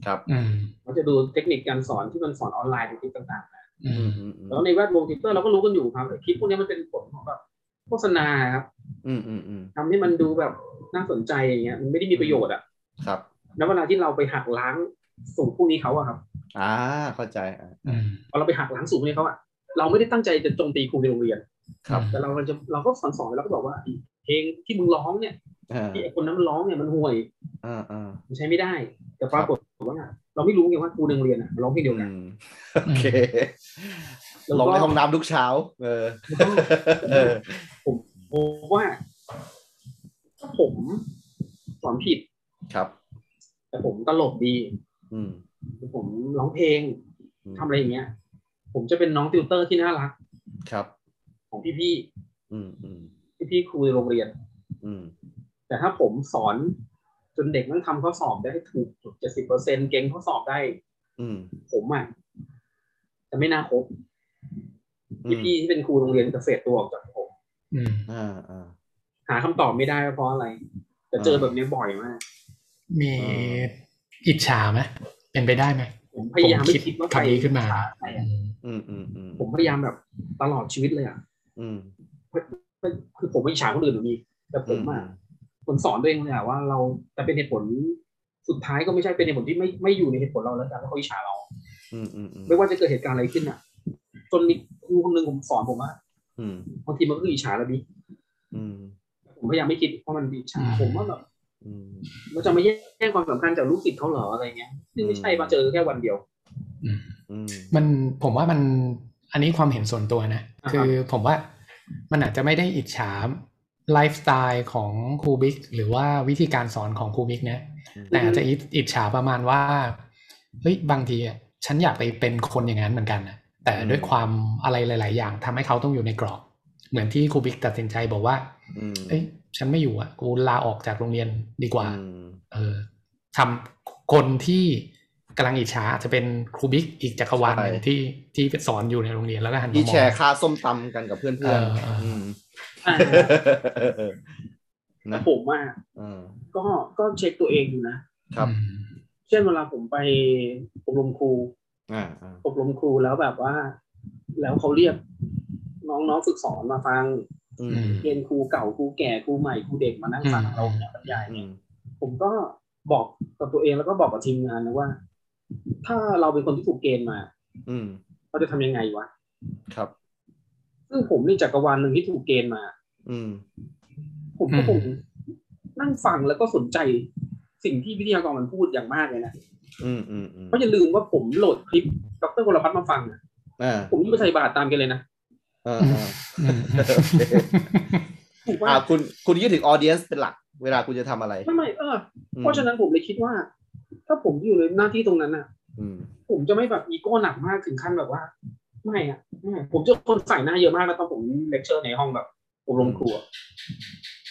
B: ครับ
A: อืม
C: เขาจะดูเทคนิคการสอนที่มันสอนออนไลน์ของคลิปต่างๆนะ
A: อื
B: อื
A: ม
B: มอืมอืม
C: แล้วในแวดวงทวิตเตอร์เราก็รู้กันอยู่ครับคลิปพวกนี้มันเป็นผลของแบบโฆษณาครับ
B: อืมอืมอืม
C: ทำให้มันดูแบบน่าสนใจอย่างเงี้ยมันไม่ได้มีประโยชน์อะ
B: ครับ
C: แล้วเวลาที่เราไปหักล้างสูตรพวกนี้เขาอะครับ
B: อ่า เข้าใจอ่า
A: อืม
C: พอเราไปหักล้างสูตรพวกนี้เขาอะเราไม่ได้ตั้งใจจะโจมตีครูในโรงเรียน
B: ครับ
C: แต่เราก็จะเราก็สอนสอนแล้วก็บอกว่าไอ้เพลงที่มึงร้องเนี่ย
B: อ่า
C: ที่ไอ้คนนั้นมันร้องเนี่ยมันห่วย
B: อ่าอ่า
C: มันใช้ไม่ได้ แต่ปรากฏว่าเราไม่รู้ไงว่าครูในโรงเรียนอะมันร้องเพลงเดียวกั
B: อื
C: น
B: มโอเค
C: แล้วก็
B: ลองในห้องน้ำทุกเช้า เออ เออ
C: ผมว่าถ้าผมสอนผิด
B: ครับ
C: แต่ผมตลกดี
B: อืม
C: ผมร้องเพลง
B: อืม
C: ทำอะไรอย่างเงี้ย ผมจะเป็นน้องติวเตอร์ที่น่ารัก
B: ครับ
C: ของพี่
B: อืมอืม
C: ๆพี่ๆครูในโรงเรียน
B: อืม
C: แต่ถ้าผมสอนจนเด็กมันทำข้อสอบได้ถูกเจ็ดสิบเปอร์เซ็นเก่งข้อสอบได้
B: อืม
C: ผมอ่ะจะไม่น่าคบ
B: อืม
C: พี่ๆที่เป็นครูโรงเรียนจะเฟดตัวออกจากผม
A: อืม
B: อ่าอ่า
C: หาคำตอบไม่ได้ว่าเพราะอะไร แต่เจอแบบนี้บ่อยมาก
A: มี
B: เออ
A: อิจฉาไหมเป็นไปได้ไหม
C: ผมพยายาม
A: ผ
C: ไม่คิดว่าใคร
A: คำนี้ขึ้นมา
C: ใครอะ
A: อืม
B: อืมอืมอืม
C: ผมพยายามแบบตลอดชีวิตเลยอ่ะ
B: อืม
C: คือผมไม่อิจฉาคนอื่นหรอกมีแต่ผมอ่ะ
B: อืม
C: ผมสอนตัวเองเลยอ่ะว่าเราจะเป็นเหตุผลสุดท้ายก็ไม่ใช่เป็นเหตุผลที่ไม่ไม่อยู่ในเหตุผลเราแล้วแต่ว่าเขาอิจฉาเรา
B: อืมอืมอืม
C: ไม่ว่าจะเกิดเหตุการณ์อะไรขึ้นอ่ะ จนมีครูคนหนึ่งผมสอนผมว่า
B: อืม
C: บางทีมันก็คืออิจฉาแล้วดิ
B: อืม
C: ผมพยายามไม่คิดเพราะมันอิจฉาผมว่าแบบ
B: อืม
C: เราจะมาแย่งความสำคัญจากลูกศิษย์เขาเหรออะไรเงี้ยซึ่งไม่ใช่มาเจอแค่วันเดียว
B: อืม
A: มันผมว่ามันอันนี้ความเห็นส่วนตัวนะ
C: อ่าครับ
A: คือผมว่ามันอาจจะไม่ได้อิจฉาไลฟ์สไตล์ของครูบิ๊กหรือว่าวิธีการสอนของครูบิ๊กนะ แต่อาจจะอิจฉาประมาณว่าเฮ้ยบางทีอะฉันอยากไปเป็นคนอย่างนั้นเหมือนกันนะแต่
B: อืม
A: ด้วยความอะไรหลาย ๆ อย่างทำให้เขาต้องอยู่ในกรอบ เหมือนที่ครูบิ๊กตัดสินใจบอกว่า
B: อืม
A: เอ้ยฉันไม่อยู่อ่ะกูลาออกจากโรงเรียนดีกว่า
B: อืม
A: เออทำคนที่กำลังอิจฉาอาจจะเป็นครูบิ๊กอีกจักรวาลหนึ่งที่ที่สอนอยู่ในโรงเรียนแล้วก็หันมา
B: ที่
A: มอ
B: แช
A: ง
B: ร์ค่าส้มตำกันกับเพื่อน
A: เอ
B: เพื่อน
A: อเอออื
B: ม
C: อ่าแต่
B: นะ
C: ผมอ่ะ
B: อืม
C: ก็ก็เช็คตัวเองอยู่นะ
B: ครับ
A: อืม
C: เช่นเวลาผมไปอบรมครู
B: อ่าอ่า
C: อบรมครูแล้วแบบว่า แล้วเขาเรียกน้องๆฝึกสอนมาฟัง
B: อืม
C: เรียนครูเก่าครูแก่ครูใหม่ครูเด็กมานั่งฟังเราเนี่ยบรรยาย
B: อืม
C: ผมก็บอกกับตัวเองแล้วก็บอกกับทีมงานนะว่า ถ้าเราเป็นคนที่ถูกเกณฑ์มา
B: อืม
C: เราจะทำยังไงวะ
B: ครับ
C: ซึ่งผมนี่จักรวาลหนึ่งที่ถูกเกณฑ์มา
B: อืม
C: ผมก็คงนั่งฟังแล้วก็สนใจสิ่งที่วิทยากรมันพูดอย่างมากเลยนะ
B: อืมอืมอืม
C: เพราะอย่าลืมว่าผมโหลดคลิปดรวรพัฒน์มาฟังอะ
B: อ่า
C: ผมยิ่งไปใส่บาตรตามแกันเลยนะ
B: อ่าอ่า
A: อืม
C: ถูกว่า
B: อ่าคุณคุณยึดถึงออเดียนเป็นหลัก เวลาคุณจะทำอะไร
C: ไม่ไม่เอออ
B: อืม
C: เพราะฉะนั้นผมเลยคิดว่า ถ้าผมอยู่ในหน้าที่ตรงนั้นน่ะ
B: อืม
C: ผมจะไม่แบบอีโก้หนักมากถึงขั้นแบบว่า ไม่อะไม่อะผมจะคนใส่หน้าเยอะมากแล้วตอนผมเลคเชอร์ในห้องแบบอบรมครัว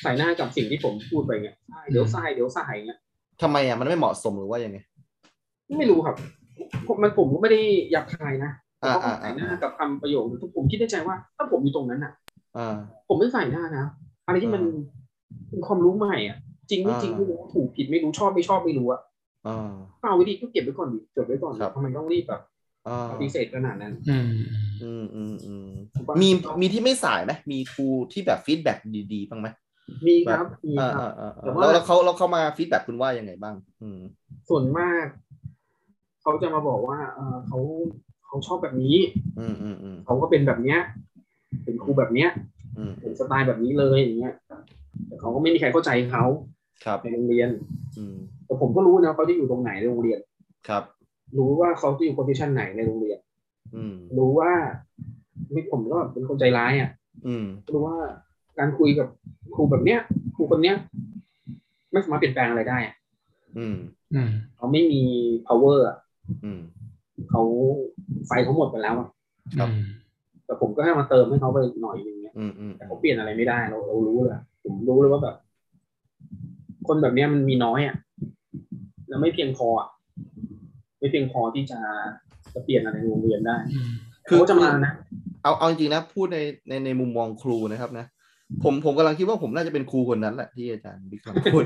C: ใส่หน้ากับสิ่งที่ผมพูดไปเงี้ยใช่เดี๋ยวใส่เดี๋ยวใส่เงี้ย
B: ทำไมอ่ะมันไม่เหมาะสมหรือว่ายังไง
C: ไม่รู้ครับผมมันผมก็ไม่ได้หยาบคายนะแต่
B: อ่า
C: ว่าผม
B: อ่า
C: ใส่
B: อ่า
C: หน้ากับคำประโยคหรือผมคิดในใจว่า ถ้าผมอยู่ตรงนั้นน่ะ
B: อ่า
C: ผมไม่ใส่หน้านะ อะไรที่มันเป็นความรู้ใหม่อ่ะ จริงไม่
B: อ่า
C: จริงไม่รู้ถูกผิดไม่รู้ชอบไม่ชอบไม่รู้อะ
B: อ่า
C: ก็เอาไว้ดีก็เก็บไว้ก่อนดิจดไว้ก่อนดิ
B: ครับ
C: ทำไมต้องรีบแบบ
B: อ่า
C: ปฏิเสธขนาดนั้น
A: อืม
B: อืมอืมอืม
C: ผว่า
B: มีมีที่ไม่สายไหมมีครูที่แบบฟีดแบ็กดีๆบ้างไหม
C: มีครับมี
B: อ่า
C: ครับ
B: อ่าอ่า
C: แต่
B: อ่า
C: ว่า
B: แล้วแล้วเขาแล้วเขามาฟีดแบ็กคุณว่ายังไงบ้าง อืม
C: ส่วนมาก เขาจะมาบอกว่าเออเขาเขาชอบแบบนี้
B: อืมอืมอืม
C: เขาก็เป็นแบบเนี้ย เป็นครูแบบเนี้ย
B: อืม
C: เป็นสไตล์แบบนี้เลยอย่างเงี้ยแต่เขาก็ไม่มีใครเข้าใจเขา
B: ครับ
C: ในโรงเรียน
B: อืม
C: แต่ผมก็รู้นะเขาจะอยู่ตรงไหนในโรงเรียน
B: ครับ
C: รู้ว่าเขาจะอยู่โพซิชันไหนในโรงเรียน
B: อืม
C: รู้ว่าไม่ผมก็แบบเป็นคนใจร้ายอ่ะ
B: อืม
C: รู้ว่าการคุยกับครูแบบเนี้ยครูคนเนี้ย ไม่สามารถเปลี่ยนแปลงอะไรได้อะ
B: อืม
A: อืม
C: เขาไม่มี power อะ
B: อืม
C: เขาไฟเขาหมดไปแล้วอะ
B: ครับ
A: อืม
C: แต่ผมก็ให้มาเติมให้เขาไปหน่อยนึงเนี่ย
B: อืมอืม
C: แต่เขาเปลี่ยนอะไรไม่ได้เราเรารู้เลยอะผมรู้เลยว่าแบบ คนแบบเนี้ยมันมีน้อยอ่ะแล้วไม่เพียงพออะไม่เพียงพอที่จะจะเปลี่ยนอะไรในโรงเรียนได้
A: อืม
C: เขาก็จะมานะ
B: เอาเอาจริงๆนะพูดในในในมุมมองครูนะครับนะ ผมผมกำลังคิดว่าผมน่าจะเป็นครูคนนั้นแหละที่อาจารย์ บิ๊กคำพูด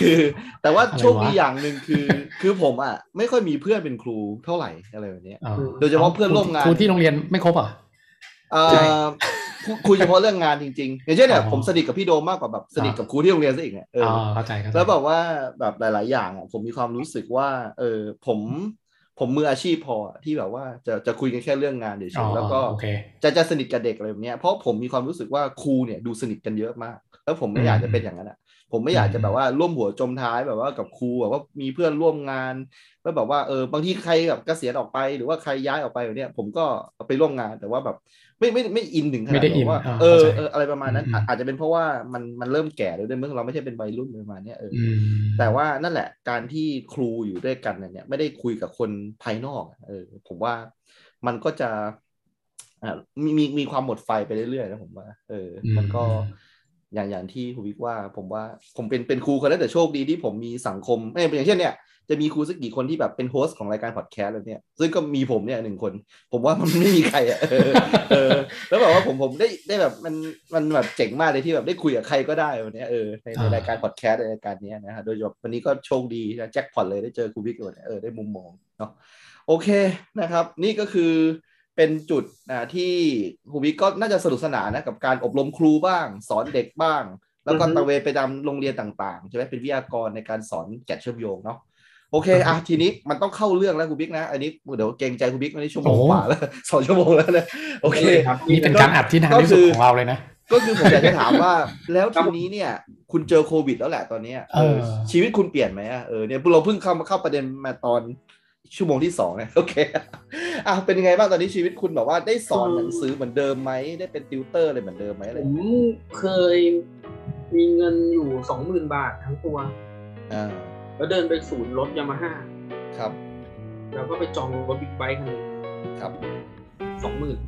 B: คือ แต่ว่าโชคดี
A: อะไรวะ
B: อย่างหนึ่งคือ คือผมอ่ะไม่ค่อยมีเพื่อนเป็นครูเท่าไหร่อะไรแบบเนี้ย
A: อ๋อ
B: โดยเฉพาะเพื่อนร่วมงาน
A: ครูที่โรงเรียนไม่ครบเหรอ
B: เอ่
A: ใช่
B: อคุยคุยเฉพาะเรื่องงานจริงๆอย่างเช่นเนี่ย
A: อ๋อ
B: ผมสนิทกับพี่โดมมากกว่าแบบสนิทกับครูที่โรงเรียนซะอีกเนี่ยเออ
A: อ๋อ
B: อ
A: เข้าใจเข้าใจ
B: แล้วแบบว่าแบบหลาย ๆ อย่างอ่ะผมมีความรู้สึกว่า เออผมผมมืออาชีพพอที่แบบว่าจะจะคุยกันแค่เรื่องงานเฉ
A: อ๋อย
B: ๆแล้วก็
A: โอเค
B: จะจะสนิทกับเด็กอะไรแบบเนี้ยเพราะผมมีความรู้สึกว่าครูเนี่ยดูสนิทกันเยอะมาก แล้วผมไม่
A: อืม
B: อยากจะเป็นอย่างนั้นอ่ะ ผมไม่อยากจะแบบว่าร่วมหัวจมท้ายแบบว่ากับครูแบบว่ามีเพื่อนร่วมงานแล้วแบบว่าเออบางทีใครแบบเกษียณออกไปหรือว่าใครย้ายออกไปแบบเนี้ยผมก็ไปร่วมงานแต่ว่าแบบไม่ไม่ไม่อินถึงขนา
A: ไม่
B: ด
A: ได้อิน
B: แบบว่า
A: อ่า
B: เออเอ
A: เข้าใจ
B: ออะไรประมาณนั้นอ่ะ
A: อืม
B: อาจจะเป็นเพราะว่ามันมันเริ่มแก่แล้วด้วยเมื่อเราไม่ใช่เป็นวัยรุ่นประมาณเนี้ยเอออ
A: อืม
B: แต่ว่านั่นแหละการที่ครูอยู่ด้วยกันเนี่ย ไม่ได้คุยกับคนภายนอกเออผมว่ามันก็จะอ่ะมีมีมีความหมดไฟไปเรื่อยๆนะผมว่า เออ
A: อืม
B: มันก็อย่างอย่างที่คุณวิกว่า ผมว่าผมเป็นเป็นครูคนแรกแต่โชคดีที่ผมมีสังคมเอยอย่างเช่นเนี่ยจะมีครูสักกี่คนที่แบบเป็นโฮสต์ของรายการพอดแคสต์แล้วเนี่ยซึ่งก็มีผมเนี่ยหนึ่งคน ผมว่ามันไม่มีใครอะ เออเออ แล้วแบบว่าผมผมได้ได้แบบมันมันแบบเจ๋งมากเลยที่แบบได้คุยกับใครก็ได้วันเนี้ยเออในใน
A: อ่าร
B: รายการพอดแคสต์ในรายการเนี้ยนะฮะโดยเฉพาะวันนี้ก็โชคดีนะแจ็คพอตเลยได้เจอครูบิ๊กเลยวันเนี้ยเออได้มุมมองเนาะโอเคนะครับ นี่ก็คือเป็นจุดนะที่ครูบิ๊กก็น่าจะสนุกสนานนะกับการอบรมครูบ้าง สอนเด็กบ้าง แล้วก็
C: อือฮึ
B: ตระเวนไปตามโรงเรียนต่างๆใช่ไหมเป็นวิทยากรในการสอนแกะเชื่อมโยงเนาะโอเคอ่ะทีนี้มันต้องเข้าเรื่องแล้วครูบิ๊กนะอันนี้เดี๋ยวเกรงใจครูบิ๊กไม่ได้ชั่วโมงกว่าแล้ว สองชั่วโมงแล้วนะโอเค
C: ครับ
A: นี่เป็นการอัดที่นานที่สุดของเราเลยนะ
B: ก็คือผมอยากจะถามว่า แล้ว
C: ครับ
B: ทีนี้เนี่ย คุณเจอโควิดแล้วแหละตอนเนี้ย
A: เออ
B: ชีวิตคุณเปลี่ยนไหมอะเออเนี่ยเราเพิ่งเข้ามาเข้าประเด็นมาตอนชั่วโมงที่สองเนี่ย โอเคอ่ะเป็นยังไงบ้างตอนนี้ชีวิตคุณแบบว่าได้สอน
C: อืม
B: หนังสือเหมือนเดิมไหมได้เป็นติวเตอร์อะไรเหมือนเดิมไหมอะไร
C: ผมเคยมีเงินอยู่สองหมื่นบาททั้งตัว
B: อ่า
C: แล้วเดินไปศูนย์รถยามาฮ่า
B: ครับ
C: แล้วก็ไปจองรถบิ๊กไบค์คันหนึ่ง
B: ครับ
C: สองหมื่น